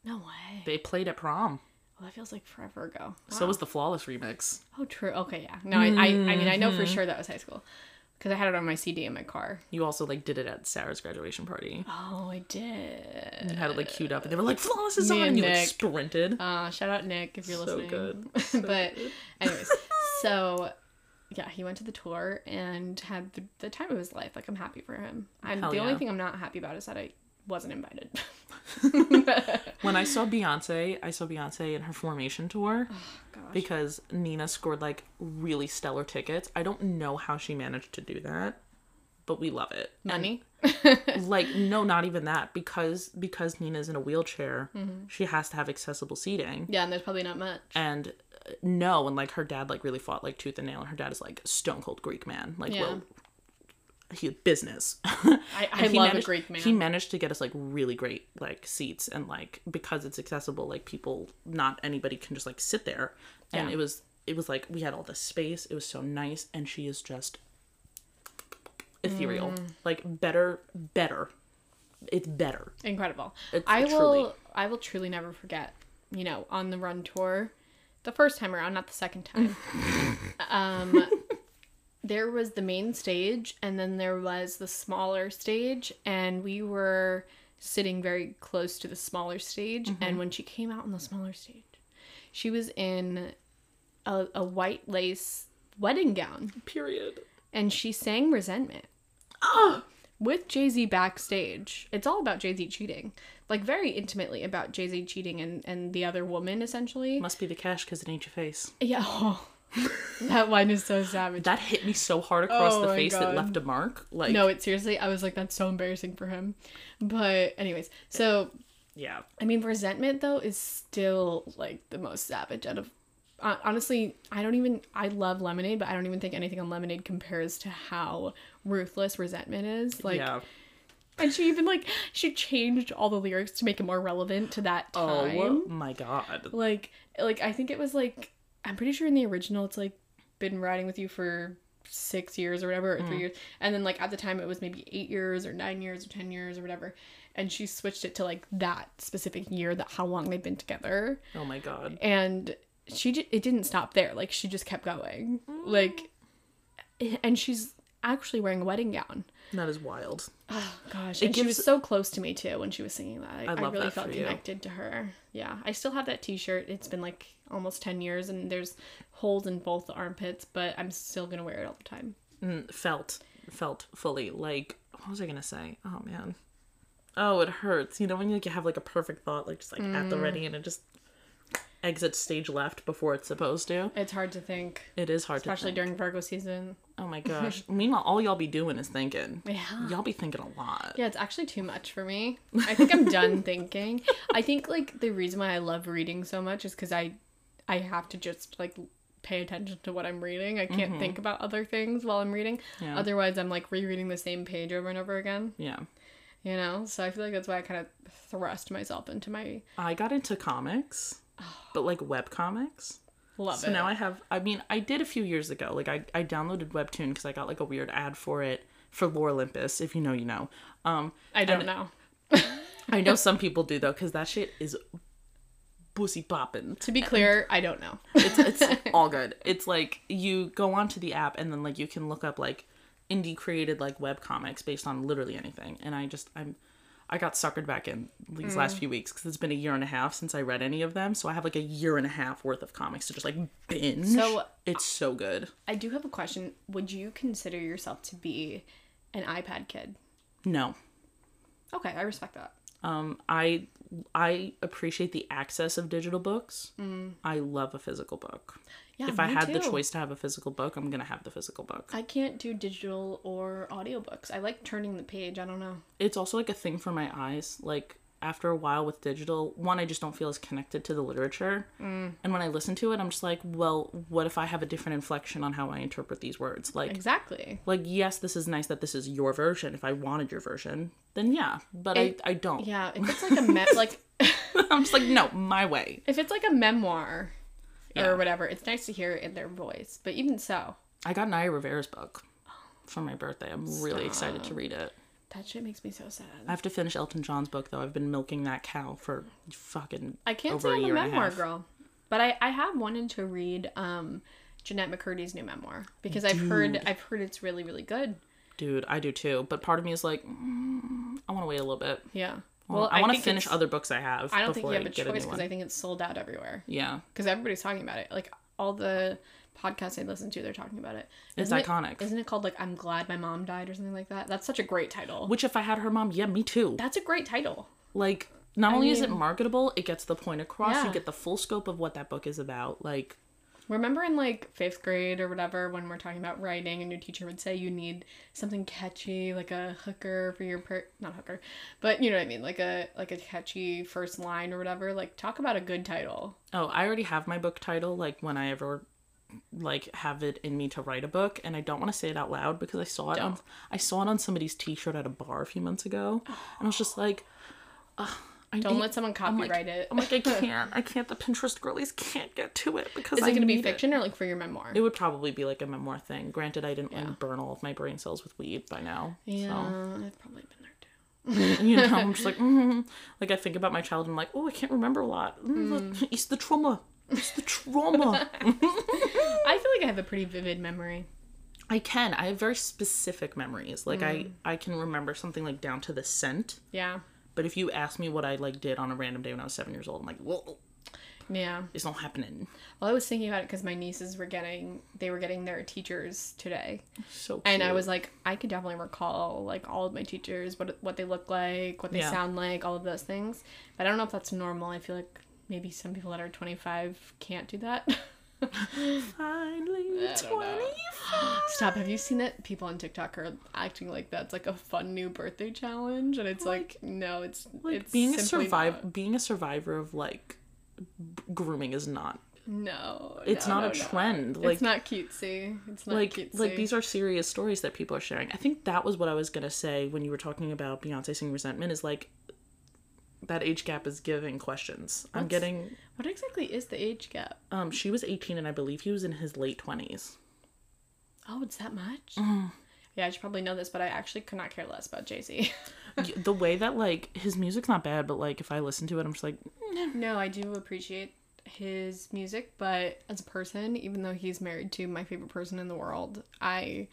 No way. They played at prom. Well, that feels like forever ago. So was the Flawless remix. Oh, true. Okay, yeah. No, I, I, I mean, I know for sure that was high school because I had it on my CD in my car. You also like did it at Sarah's graduation party. Oh, I did. And had it like queued up, and they were like, "Flawless is Me on," and and you like Nick. sprinted. Uh, shout out Nick if you're So listening. good. but, anyways, so yeah, he went to the tour and had the, the time of his life. Like, I'm happy for him. I'm Hell the only yeah. thing I'm not happy about is that I wasn't invited. When I saw Beyonce, I saw Beyonce in her formation tour Gosh. because Nina scored like really stellar tickets. I don't know how she managed to do that, but we love it. Money. And, like no, not even that because because Nina's in a wheelchair, she has to have accessible seating. yeah, and there's probably not much. and uh, no and like her dad like really fought like tooth and nail and her dad is like stone cold greek man like Yeah. well he business I, I And Uh, he love managed- a Greek man. he managed to get us like really great like seats and like because it's accessible like people not anybody can just like sit there and Yeah. it was it was like we had all this space it was so nice and she is just ethereal Mm. like better better it's better Incredible. It's- I will. truly. I will truly never forget. You know, on the run tour, the first time around, not the second time. um, there was the main stage, and then there was the smaller stage, and we were sitting very close to the smaller stage. Mm-hmm. And when she came out on the smaller stage, she was in a, a white lace wedding gown, period and she sang "Resentment." oh with Jay Z backstage. It's all about Jay Z cheating, like very intimately about Jay Z cheating and and the other woman essentially. must be the cash because it ain't your face yeah, oh, that one is so savage. that hit me so hard across Oh the my face that God. left a mark like No, it seriously. I was like, that's so embarrassing for him. But anyways, so yeah I mean, resentment though is still like the most savage out of. hon- Honestly, I don't even. I love lemonade, but I don't even think anything on lemonade compares to how ruthless resentment is. Like, yeah and she even like she changed all the lyrics to make it more relevant to that time. oh my god like like i think it was like i'm pretty sure in the original it's like been riding with you for six years or whatever or three years and then like at the time it was maybe eight years or nine years or ten years or whatever and she switched it to like that specific year that how long they've been together oh my god and she j- it didn't stop there like she just kept going like and she's actually wearing a wedding gown that is wild oh gosh It and she gives- was so close to me too when she was singing that i, I, love really that felt for you. connected to her yeah i still have that t-shirt it's been like almost 10 years and there's holes in both the armpits but i'm still gonna wear it all the time Mm, felt felt fully like what was i gonna say oh man oh it hurts you know when you, like, you have like a perfect thought like just like at Mm. the ready and it just exits stage left before it's supposed to it's hard to think it is hard especially to during think. virgo season oh my gosh meanwhile all y'all be doing is thinking yeah y'all be thinking a lot yeah it's actually too much for me i think i'm done thinking i think like the reason why i love reading so much is because i i have to just like pay attention to what i'm reading i can't think about other things while i'm reading Mm-hmm. Yeah. otherwise i'm like rereading the same page over and over again yeah you know so i feel like that's why i kind of thrust myself into my i got into comics but like web comics love So it now I have. I mean, I did a few years ago. Like I, I downloaded Webtoon because I got like a weird ad for it for Lore Olympus. If you know, you know. Um, i don't know I know some people do though because that shit is pussy poppin'. to be clear i don't know It's it's all good. It's like you go onto the app and then like you can look up like indie created like web comics based on literally anything. And I just I'm. I got suckered back in these last few weeks because it's been a year and a half since I read any of them. So I have like a year and a half worth of comics to just like binge. So- it's so good. i do have a question would you consider yourself to be an ipad kid No, okay i respect that Um, I I appreciate the access of digital books. I love a physical book. yeah if I me had the too. choice to have a physical book, I'm gonna have the physical book. i can't do digital or audiobooks i like turning the page i don't know It's also like a thing for my eyes. Like after a while with digital, one I just don't feel as connected to the literature. Mm. And when I listen to it, I'm just like, well, what if I have a different inflection on how I interpret these words? Like. exactly Like yes, this is nice that this is your version. If I wanted your version, then yeah. But It- I, I don't. yeah if it's like a me- like I'm just like no, my way. if it's like a memoir Yeah. or whatever. It's nice to hear it in their voice. But even so, I got Naya Rivera's book for my birthday. I'm really excited to read it. that shit makes me so sad. I have to finish Elton John's book though. I've been milking that cow for fucking I can't over say a I'm a year and a memoir half. girl, but I, I have wanted to read um, Jeanette McCurdy's new memoir because I've heard I've heard it's really really good. dude. I do too, but part of me is like, mm, I want to wait a little bit. Yeah. Well, I want to think finish it's- other books I have. I don't think before you have a get choice new because one. I think it's sold out everywhere yeah, because everybody's talking about it. Like all the podcasts I listen to, they're talking about it. It's Isn't it- iconic. Isn't it called like "I'm Glad My Mom Died" or something like that? That's such a great title. which if I had her mom, yeah, me too. That's a great title. Like, not only is it marketable, it gets the point across. You Yeah. get the full scope of what that book is about. Like, Remember in like fifth grade or whatever when we're talking about writing and your teacher would say you need something catchy like a hooker for your per not hooker, but you know what I mean like a like a catchy first line or whatever. Like talk about a good title. oh, I already have my book title. Like when I ever like have it in me to write a book, and I don't want to say it out loud because I saw it on Don't. I saw it on somebody's T-shirt at a bar a few months ago, and I was just like, Ugh, I Don't need- let someone like- copyright it. I'm like I can't, I can't. The Pinterest girlies can't get to it because Is I it gonna be need fiction or like for your memoir? It would probably be like a memoir thing. Granted, I didn't like, Yeah. burn all of my brain cells with weed by now. yeah, I've probably been there too. So, you know, I'm just like, mm. like I think about my child and I'm like, oh, I can't remember a lot. Mm, Hmm. It's the trauma. It's the trauma. I feel like I have a pretty vivid memory. I can. I have very specific memories. Like Hmm. I, I can remember something like down to the scent. Yeah, But if you ask me what I like did on a random day when I was seven years old, I'm like, well, yeah. it's not happening. Well, I was thinking about it because my nieces were getting they were getting their teachers today, So cute. and I was like, I could definitely recall like all of my teachers, what what they look like, what they Yeah. sound like, all of those things. But I don't know if that's normal. I feel like maybe some people that are 25 can't do that. finally I don't know. twenty. Stop. Have you seen that people on TikTok are acting like that's like a fun new birthday challenge, and it's like, no, it's Like it's being a simply survivor, not- being a survivor of like b- grooming is not No, it's no, not a no, no. trend. Like it's not cutesy. It's not like cutesy. like these are serious stories that people are sharing. I think that was what I was gonna say when you were talking about Beyonce singing resentment is like that age gap is giving questions. I'm What's- getting What exactly is the age gap? um she was eighteen and I believe he was in his late twenties. Oh, it's that much? Mm. Yeah, I should probably know this, but I actually could not care less about Jay Z. the way that like his music's not bad, but like if I listen to it I'm just like no, I do appreciate his music, but as a person, even though he's married to my favorite person in the world, I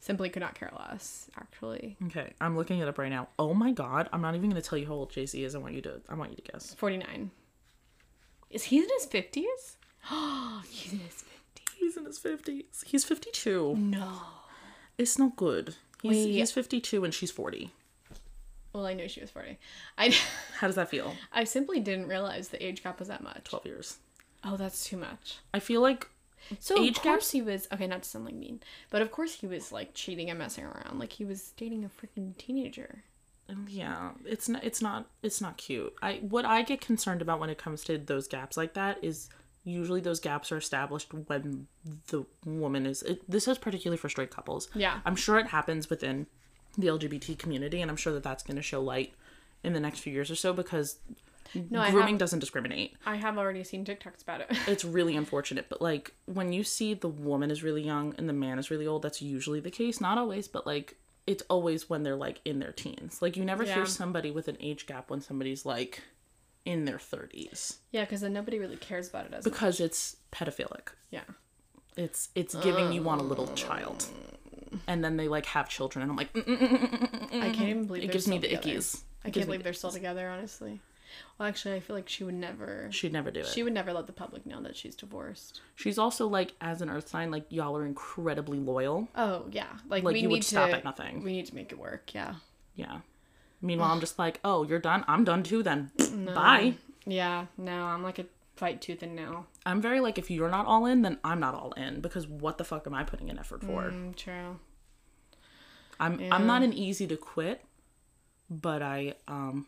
simply could not care less, actually. Okay, I'm looking it up right now. Oh my god, I'm not even gonna tell you how old Jay Z is. I want you to I want you to guess. 49. Is he in his 50s? Oh, he's in his 50s. He's in his fifties. He's fifty two. No. It's not good. He's, Wait. he's 52 and she's 40. Well, I knew she was 40. I, How does that feel? I simply didn't realize the age gap was that much. 12 years. Oh, that's too much. I feel like So Age of course he was okay, not to sound like mean, but of course he was like cheating and messing around. Like he was dating a freaking teenager. mm, yeah, it's not it's not it's not cute. I what I get concerned about when it comes to those gaps like that is usually those gaps are established when the woman is it, this is particularly for straight couples. Yeah. I'm sure it happens within the LGBT community and I'm sure that that's going to show light in the next few years or so because No, I grooming have doesn't discriminate. I have already seen TikToks about it. it's really unfortunate but like when you see the woman is really young and the man is really old that's usually the case not always but like it's always when they're like in their teens like you never Yeah. hear somebody with an age gap when somebody's like in their 30s yeah, because then nobody really cares about it as much. because it's pedophilic yeah. it's it's giving you want a little child and then they like have children and i'm like mm, I can't even believe it they're gives me the still together. ickies I It can't gives me believe the- they're still together. Honestly, well, actually, I feel like she would never. she'd never do it She would never let the public know that she's divorced. she's also like as an earth sign like y'all are incredibly loyal Oh yeah, like, like we you need would stop to. at nothing We need to make it work. Yeah. Yeah. Meanwhile, I'm just like, oh, you're done. I'm done too. Then bye. Yeah. No, I'm like a fight tooth and nail. I'm very like, if you're not all in, then I'm not all in because what the fuck am I putting in effort for? Mm, true. I'm I'm not an easy to quit, but I um,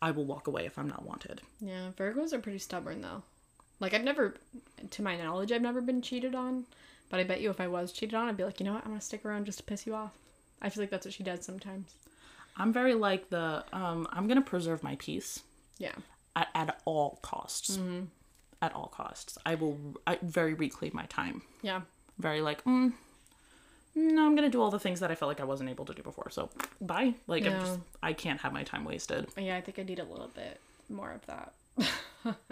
I will walk away if I'm not wanted. Yeah, Virgos are pretty stubborn though. Like I've never, to my knowledge, I've never been cheated on. But I bet you if I was cheated on, I'd be like, you know what, I'm gonna stick around just to piss you off. I feel like that's what she does sometimes. I'm very like the um, I'm gonna preserve my peace Yeah. at, at all costs. at all costs. I will I very reclaim my time. Yeah. Very like, mm, no, I'm gonna do all the things that I felt like I wasn't able to do before. So bye. Like I'm just, I can't have my time wasted. Yeah, I think I need a little bit more of that.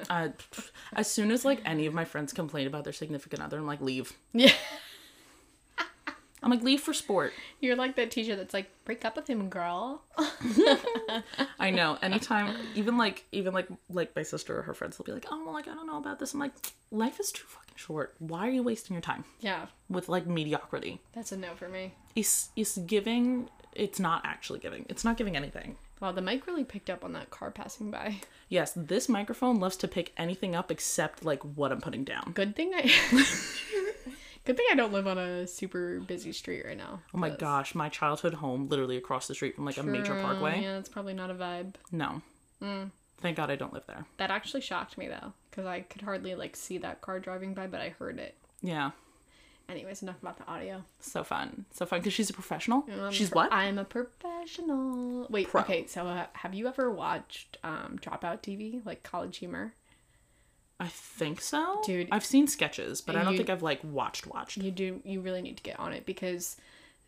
Uh, as soon as like any of my friends complain about their significant other, I'm like leave. Yeah. I'm like leave for sport. You're like that teacher that's like, break up with him, girl. I know. Anytime, even like even like like my sister or her friends will be like, oh well, like I don't know about this. I'm like, life is too fucking short. Why are you wasting your time Yeah, with like mediocrity? that's a no for me. It's it's giving. It's not actually giving. It's not giving anything. Wow, the mic really picked up on that car passing by. Yes, this microphone loves to pick anything up except like what I'm putting down. Good thing I. Good thing I don't live on a super busy street right now. Oh my gosh, my childhood home literally across the street from like a major parkway. Yeah, that's probably not a vibe. No. Mm. Thank God I don't live there. That actually shocked me though, because I could hardly like see that car driving by, but I heard it. Yeah. Anyways, enough about the audio. So fun. So fun because she's a professional. I'm a she's pro- what? I'm a professional. Wait, Pro. okay. So, uh, have you ever watched um, Dropout TV, like College Humor? I think so. Dude. I've seen sketches, but I don't You- think I've like watched watched. You do. You really need to get on it because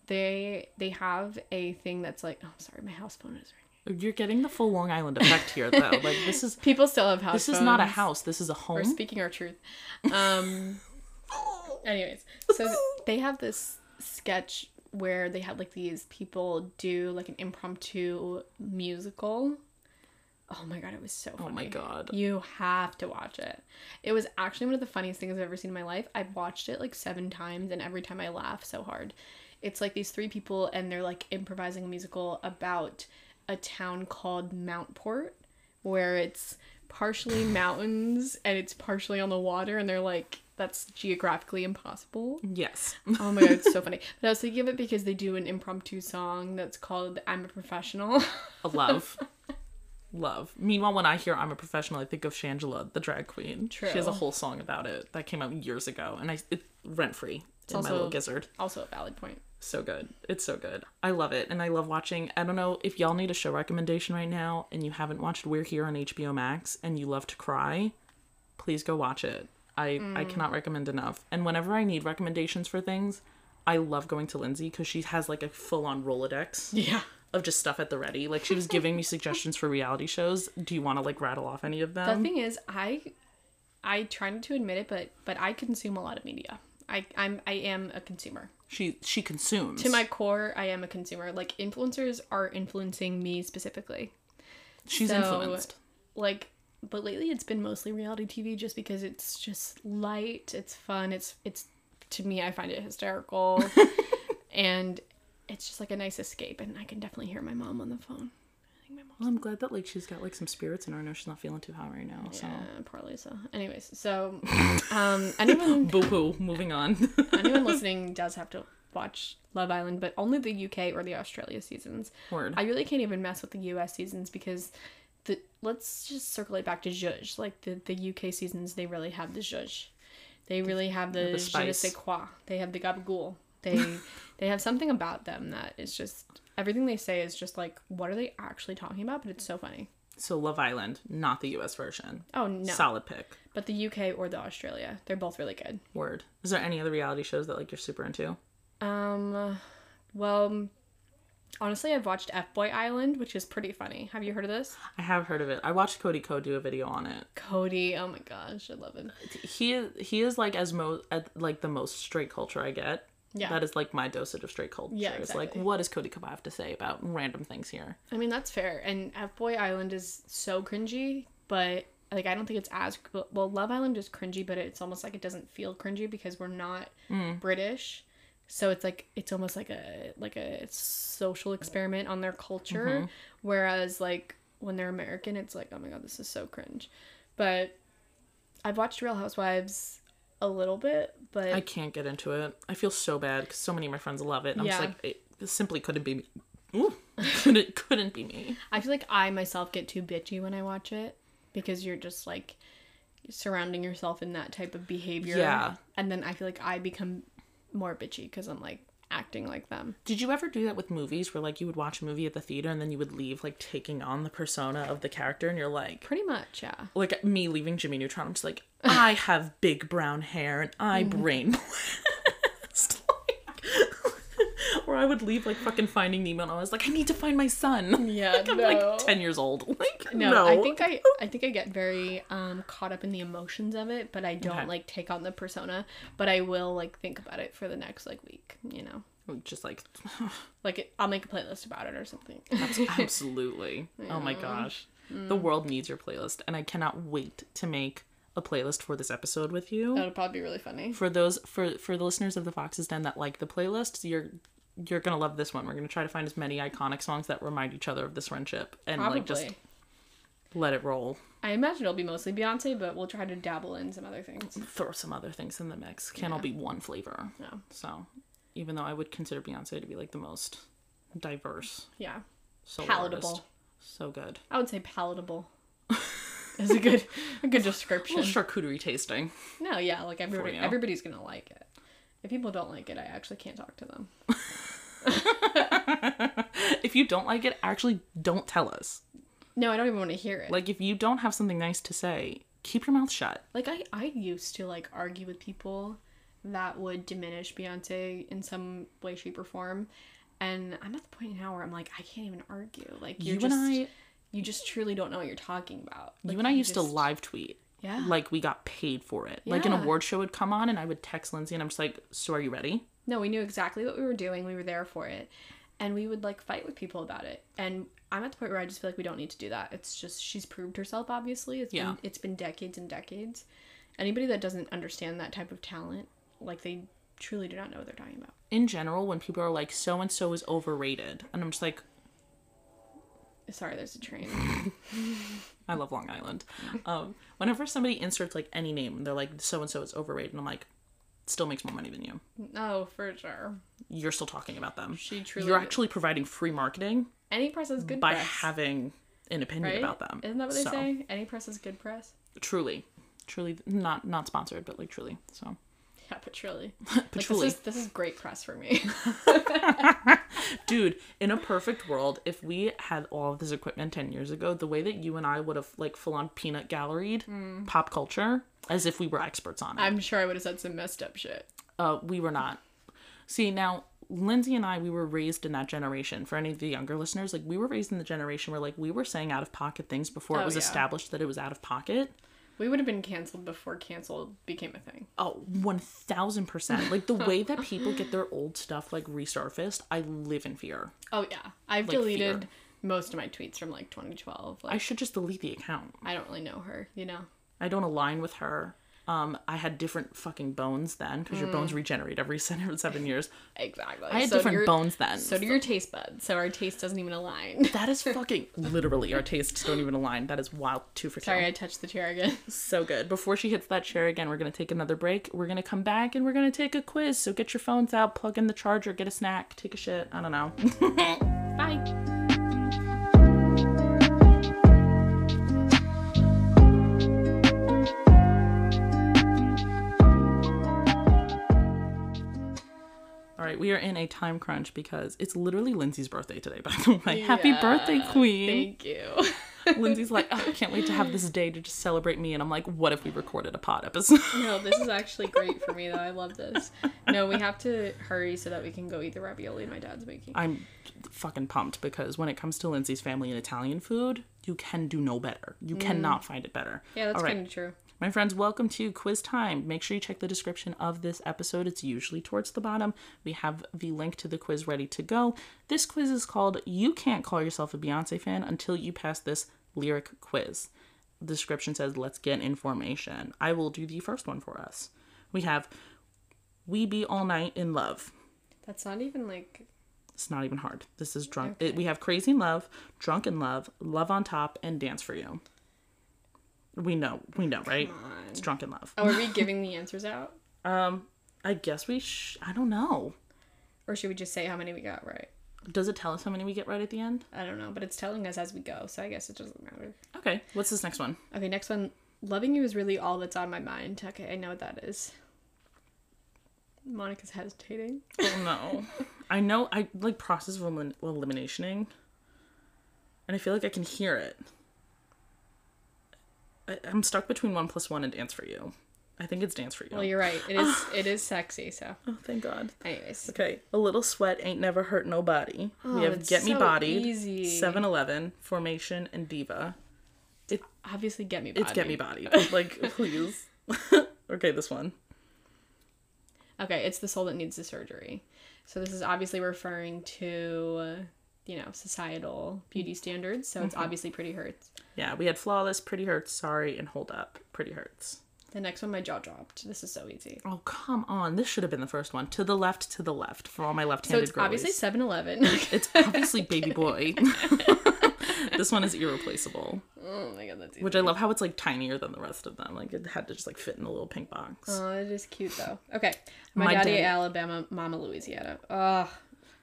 they they have a thing that's like. Oh, I'm sorry, my house phone is ringing. You're getting the full Long Island effect here though. like this is People still have house. this is not a phones. house, this is a We're home. speaking our truth. Um. anyways, so th- they have this sketch where they had like these people do like an impromptu musical. Oh my god, it was so funny. Oh my god. You have to watch it. It was actually one of the funniest things I've ever seen in my life. I've watched it like seven times, and every time I laugh so hard. It's like these three people, and they're like improvising a musical about a town called Mountport, where it's partially mountains and it's partially on the water, and they're like, that's geographically impossible. Yes. Oh my god, it's so funny. But I was thinking of it because they do an impromptu song that's called I'm a Professional. Love. Love. Meanwhile, when I hear I'm a professional, I think of Shangela, the drag queen. She has a True. whole song about it that came out years ago, and I it's rent free in my also- little gizzard. also a valid point. So good. It's so good. I love it, and I love watching. I don't know if y'all need a show recommendation right now, and you haven't watched We're Here on HBO Max, and you love to cry. Please go watch it. I I Mm. cannot recommend enough. And whenever I need recommendations for things, I love going to Lindsay because she has like a full on Rolodex Yeah. of just stuff at the ready. Like she was giving me suggestions for reality shows. Do you want to like rattle off any of The them? thing is, I I try not to admit it, but but I consume a lot of media. I I'm I am a consumer. she she consumes. To my core, I am a consumer. Like influencers are influencing me specifically. She's so- influenced. Like but lately it's been mostly reality TV just because it's just light, it's fun, it's it's to me I find it hysterical. and it's just like a nice escape and I can definitely hear my mom on the phone. I think my mom Well, I'm glad that like she's got like some spirits in her. I know she's not feeling too hot right now. So yeah, poor Lisa. Anyways, so um anyone boo hoo. Moving on. Anyone listening does have to watch Love Island, but only the UK or the Australia seasons. Word. I really can't even mess with the US seasons because the let's just circulate back to zhuzh. Like the, the UK seasons, they really have the zhuzh. They really have the, The je ne spice. sais quoi. They have the gabagool. They they have something about them that is just everything they say is just like what are they actually talking about? But it's so funny. so Love Island, not the U.S. version. Oh no! Solid pick. But the UK or the Australia, they're both really good. Word. Is there any other reality shows that like you're super into? Um, well, honestly, I've watched F Boy Island, which is pretty funny. Have you heard of this? I have heard of it. I watched Cody Co do a video on it. Cody, oh my gosh, I love him. He he is like as most like the most straight culture I get. Yeah. That is like my dosage of straight culture. Yeah, It's like exactly. what does Cody Co have to say about random things here? I mean, that's fair. And F Boy Island is so cringy, but like, I don't think it's as well. Love Island is cringy, but it's almost like it doesn't feel cringy because we're not British. So it's like it's almost like a like a social experiment on their culture, whereas like when they're American, it's like oh my god, this is so cringe. But I've watched Real Housewives a little bit, but I can't get into it. I feel so bad because so many of my friends love it. And I'm Yeah. just like, it simply couldn't be me. Ooh, couldn't, couldn't be me. I feel like I myself get too bitchy when I watch it because you're just like surrounding yourself in that type of behavior. Yeah. And then I feel like I become more bitchy because I'm like, acting like them. Did you ever do that with movies where like you would watch a movie at the theater and then you would leave like taking on the persona of the character and you're like Pretty much, yeah. like me leaving Jimmy Neutron, I'm just like, I have big brown hair and I Mm. brain blast. Like- or I would leave like fucking Finding Nemo and I was like, I need to find my son. Yeah, like, I'm no. like ten years old. Like No, no, I think I I think I get very um caught up in the emotions of it, but I don't Okay. like take on the persona, but I will like think about it for the next like week, you know. just like Like it, I'll make a playlist about it or something. abs- absolutely. Oh my gosh, Mm. the world needs your playlist, and I cannot wait to make a playlist for this episode with you. That'll probably be really funny. for those for for the listeners of the Fox's Den that like the playlist, you're you're gonna love this one. We're gonna try to find as many iconic songs that remind each other of this friendship and Probably. like just let it roll. I imagine it'll be mostly Beyonce, but we'll try to dabble in some other things. Throw some other things in the mix. Can't all be one flavor. Yeah. So even though I would consider Beyonce to be like the most diverse, Yeah. so Palatable. so good. I would say palatable. is a good a good A description. little charcuterie tasting. No, yeah, like everybody, you. everybody's gonna like it. If people don't like it, I actually can't talk to them. If you don't like it, actually don't tell us. No, I don't even want to hear it. Like, Like if you don't have something nice to say, keep your mouth shut. I, I used to like argue with people that would diminish Beyonce in some way, shape, or form, and I'm at the point now where I'm like, I can't even argue. Like you're You and just, I- you just truly don't know what you're talking about. Like, you and I used to just- live tweet. Yeah. Like we got paid for it. Like an Yeah. award show would come on and I would text Lindsay and I'm just like, So are you ready? No, we knew exactly what we were doing. We were there for it. And we would like fight with people about it. And I'm at the point where I just feel like we don't need to do that. It's just she's proved herself obviously. It's Yeah. been it's been decades and decades. Anybody that doesn't understand that type of talent, like they truly do not know what they're talking about. In general, when people are like, so and so is overrated and I'm just like, Sorry, there's a train. I love Long Island. Um, whenever somebody inserts like any name, they're like, so and so is overrated and I'm like, still makes more money than you. oh, for sure. You're still talking about them. She truly You're actually providing free marketing any press is good by press. having an opinion right? about them. Isn't that what they So, say? Any press is good press. Truly. Truly not not sponsored, but like truly. So Yeah, but truly. Like, this Patchouli. is this is great press for me. Dude, in a perfect world, if we had all of this equipment 10 years ago, the way that you and I would have like full on peanut galleried Mm. pop culture as if we were experts on it. I'm sure I would have said some messed up shit. uh, we were not. See, now Lindsay and I, we were raised in that generation. For any of the younger listeners, like we were raised in the generation where like we were saying out of pocket things before Oh, it was yeah. established that it was out of pocket. We would have been canceled before canceled became a thing. Oh, 1000%. like the way that people get their old stuff like resurfaced, I live in fear. Oh yeah, I've Like, deleted fear. most of my tweets from like 2012. I Like should just delete the account. I, don't really know her, you know. I don't align with her. Um, I had different fucking bones then because your Mm. bones regenerate every seven, seven years. Exactly. I had different bones then. So do your taste buds. So our taste doesn't even align. that is fucking literally our tastes don't even align. That is wild. Two for two. Sorry, I touched the chair again. So good. Before she hits that chair again, we're gonna take another break. We're gonna come back and we're gonna take a quiz. So get your phones out, plug in the charger, get a snack, take a shit. I don't know. Bye. All right, we are in a time crunch because it's literally Lindsay's birthday today. By the way, happy Yeah, birthday, queen. Thank you. Lindsay's like, oh, I can't wait to have this day to just celebrate me. And I'm like, what if we recorded a pod episode? no, this is actually great for me though. I love this. No, we have to hurry so that we can go eat the ravioli my dad's making. I'm fucking pumped because when it comes to Lindsay's family and Italian food, you can do no better. You cannot find it better. Mm. Yeah, that's All right, kind of true. my friends, welcome to quiz time. Make sure you check the description of this episode. It's usually towards the bottom. We have the link to the quiz ready to go. This quiz is called You Can't Call Yourself a Beyonce Fan Until You Pass This Lyric Quiz. The description says, Let's get information. I will do the first one for us. We have We Be All Night in Love. That's not even like It's not even hard. This is drunk. It, we have crazy in love, drunk in love, love on top, and dance for you. We know, we know, right? It's drunk in love. Oh, are we giving the answers out? Um, I guess we. Sh- I don't know. Or should we just say how many we got right? Does it tell us how many we get right at the end? I don't know, but it's telling us as we go, so I guess it doesn't matter. Okay. What's this next one? Okay, next one. Loving you is really all that's on my mind. Okay, I know what that is. Monica's hesitating. Oh no. I know I like process of elim- eliminationing. And I feel like I can hear it. I- I'm stuck between one plus one and dance for you. I think it's dance for you. Well, you're right. It is. it is sexy. So, oh, thank God. anyways, Okay. A little sweat ain't never hurt nobody. Oh, we have it's Get Me so Bodied, easy. Seven Eleven, Formation, and Diva. obviously, get me. Body. It's Get Me Bodied. Like, please. okay, this one. Okay, it's the soul that needs the surgery. So this is obviously referring to, uh, you know, societal Mm. beauty standards. So it's Mm-hmm. obviously pretty hurts. Yeah, we had Flawless, Pretty Hurts, Sorry, and Hold Up. Pretty Hurts. The next one, my jaw dropped. This is so easy. Oh, come on. This should have been the first one. To the left, to the left, for all my left So handed it's girlies. obviously 7-Eleven. It's obviously Baby Boy. this one is irreplaceable, oh my god, that's easy. which I love how it's like tinier than the rest of them. Like it had to just like fit in a little pink box. Oh, it is cute though. Okay, my, My daddy, daddy- Alabama, mama Louisiana. Ugh,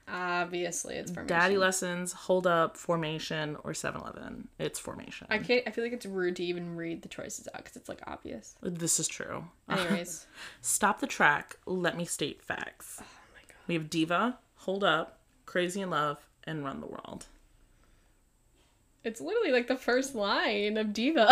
obviously it's formation. Daddy lessons, hold up, formation, or 7 Eleven. It's formation. I can't. I feel like it's rude to even read the choices out because it's like obvious. This is true. Anyways, Stop the track. Let me state facts. oh my god, We have Diva, Hold Up, Crazy in Love, and Run the World. it's literally like the first line of Diva.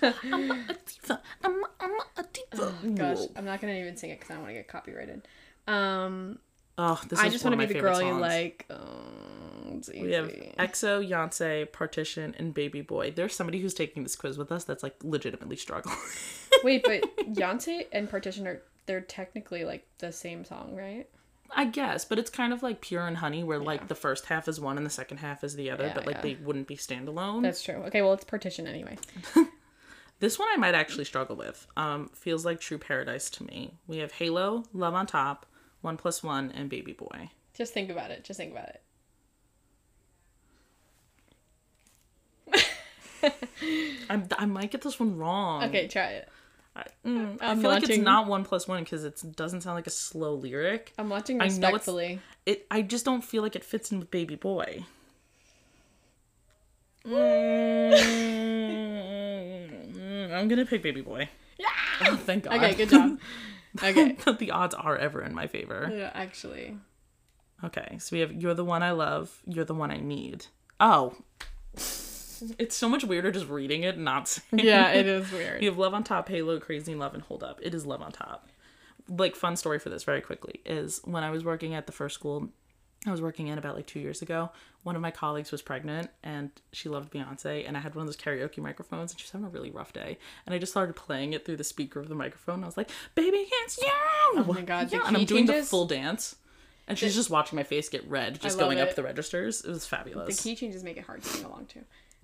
A diva. I'm, I'm a diva. Oh, Gosh, Whoa. I'm not gonna even sing it because I don't want to get copyrighted. Um, Oh, this I is just want to be the girl you like. Um, it's We have easy. EXO, Yonsei, Partition, and Baby Boy. There's somebody who's taking this quiz with us that's like legitimately struggling. Wait, but Yonsei and Partition are they're technically like the same song, right? I guess, but it's kind of like Pure and Honey, where like the first half is one and the second half is the other, Yeah, but like yeah. they wouldn't be standalone. That's true. Okay, well it's Partition anyway. This one I might actually struggle with. Um, feels like True Paradise to me. We have Halo, Love on Top, One Plus One, and Baby Boy. Just think about it. Just think about it. I, I might get this one wrong. Okay, try it. I, mm, I I'm feel like it's watching. not One Plus One because it doesn't sound like a slow lyric. I'm watching I know it's- respectfully. it I just don't feel like it fits in with Baby Boy. Mm, I'm gonna pick Baby Boy. Yeah. thank God. Okay, good job. Okay. But the odds are ever in my favor. Yeah, actually. Okay, so we have You're the One I Love, You're the One I Need. Oh. It's so much weirder just reading it and not saying Yeah, it is weird. we have Love on Top, Halo, Crazy in Love, and Hold Up. It is Love on Top. Like, fun story for this very quickly is when I was working at the first school I was working in about like two years ago, one of my colleagues was pregnant and she loved Beyonce. And I had one of those karaoke microphones and she was having a really rough day. And I just started playing it through the speaker of the microphone. And I was like, Baby, it's you! Oh my God, the Yeah, and key I'm doing changes? the full dance. And she's just watching my face get red, just love going it. up the registers. It was The fabulous. key changes make it hard to sing along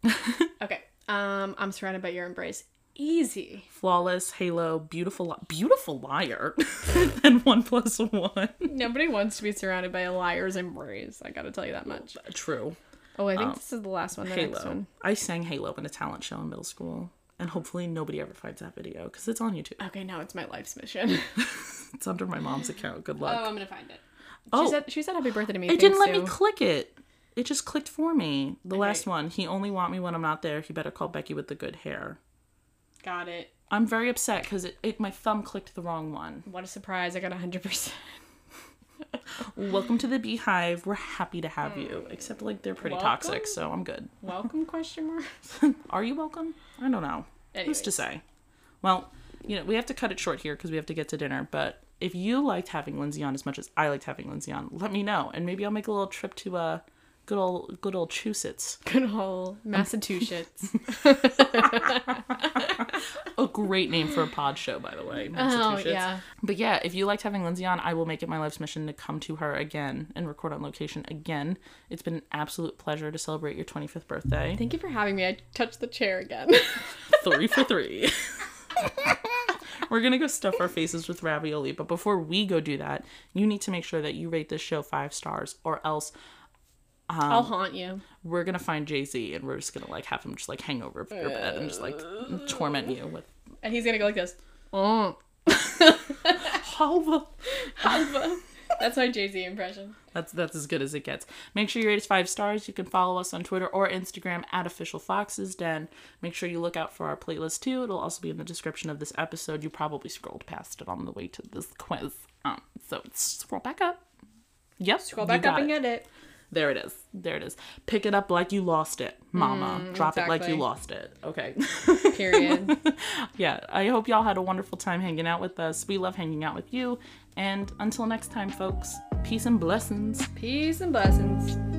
to. okay. Um, I'm surrounded by your embrace. Easy. Flawless, Halo, Beautiful, Li- Beautiful Liar, and One Plus One. Nobody wants to be surrounded by a liar's embrace. I gotta tell you that much. True. Oh, I think this is the last one. The next Halo. one. I sang Halo in a talent show in middle school, and hopefully nobody ever finds that video because it's on YouTube. Okay, now it's my life's mission. It's under my mom's account. Good luck. oh, I'm gonna find it. Oh. She said she said happy birthday to me. it didn't Thanks, let me Sue. click it. It just clicked for me. The last one. He only want me when I'm not there. He better call Becky with the good hair. Got it. I'm very upset because it, it my thumb clicked the wrong one. What a surprise! I got 100. percent Welcome to the Beehive. We're happy to have you. Except like they're pretty toxic, Hmm. Welcome? so I'm good. Welcome? Question mark. Are you welcome? I don't know. Who's to Anyways. say? Well, you know, we have to cut it short here because we have to get to dinner. But if you liked having Lindsay on as much as I liked having Lindsay on, let me know, and maybe I'll make a little trip to uh, good old good old Chusets. Good old Massachusetts. A great name for a pod show, by the way. Massachusetts. Oh, yeah. But yeah, if you liked having Lindsay on, I will make it my life's mission to come to her again and record on location again. It's been an absolute pleasure to celebrate your 25th birthday. Thank you for having me. I touched the chair again. Um, three for three. We're gonna go stuff our faces with ravioli, but before we go do that, you need to make sure that you rate this show five stars, or else I'll haunt you. we're gonna find Jay Z and we're just gonna like have him just like hang over your bed and just like torment you with And he's gonna go like this. Oh. halva. Alva. That's my Jay Z impression. That's that's as good as it gets. Make sure you rate us five stars. You can follow us on Twitter or Instagram at official foxes den. Make sure you look out for our playlist too. It'll also be in the description of this episode. You probably scrolled past it on the way to this quiz. Um, so scroll back up. Yep. Scroll you back up got and it. get it. There it is. There it is. Pick it up like you lost it, mama. Drop it like you Mm, exactly. lost it. Okay. Period. yeah. I hope y'all had a wonderful time hanging out with us. We love hanging out with you. And until next time, folks, peace and blessings. Peace and blessings.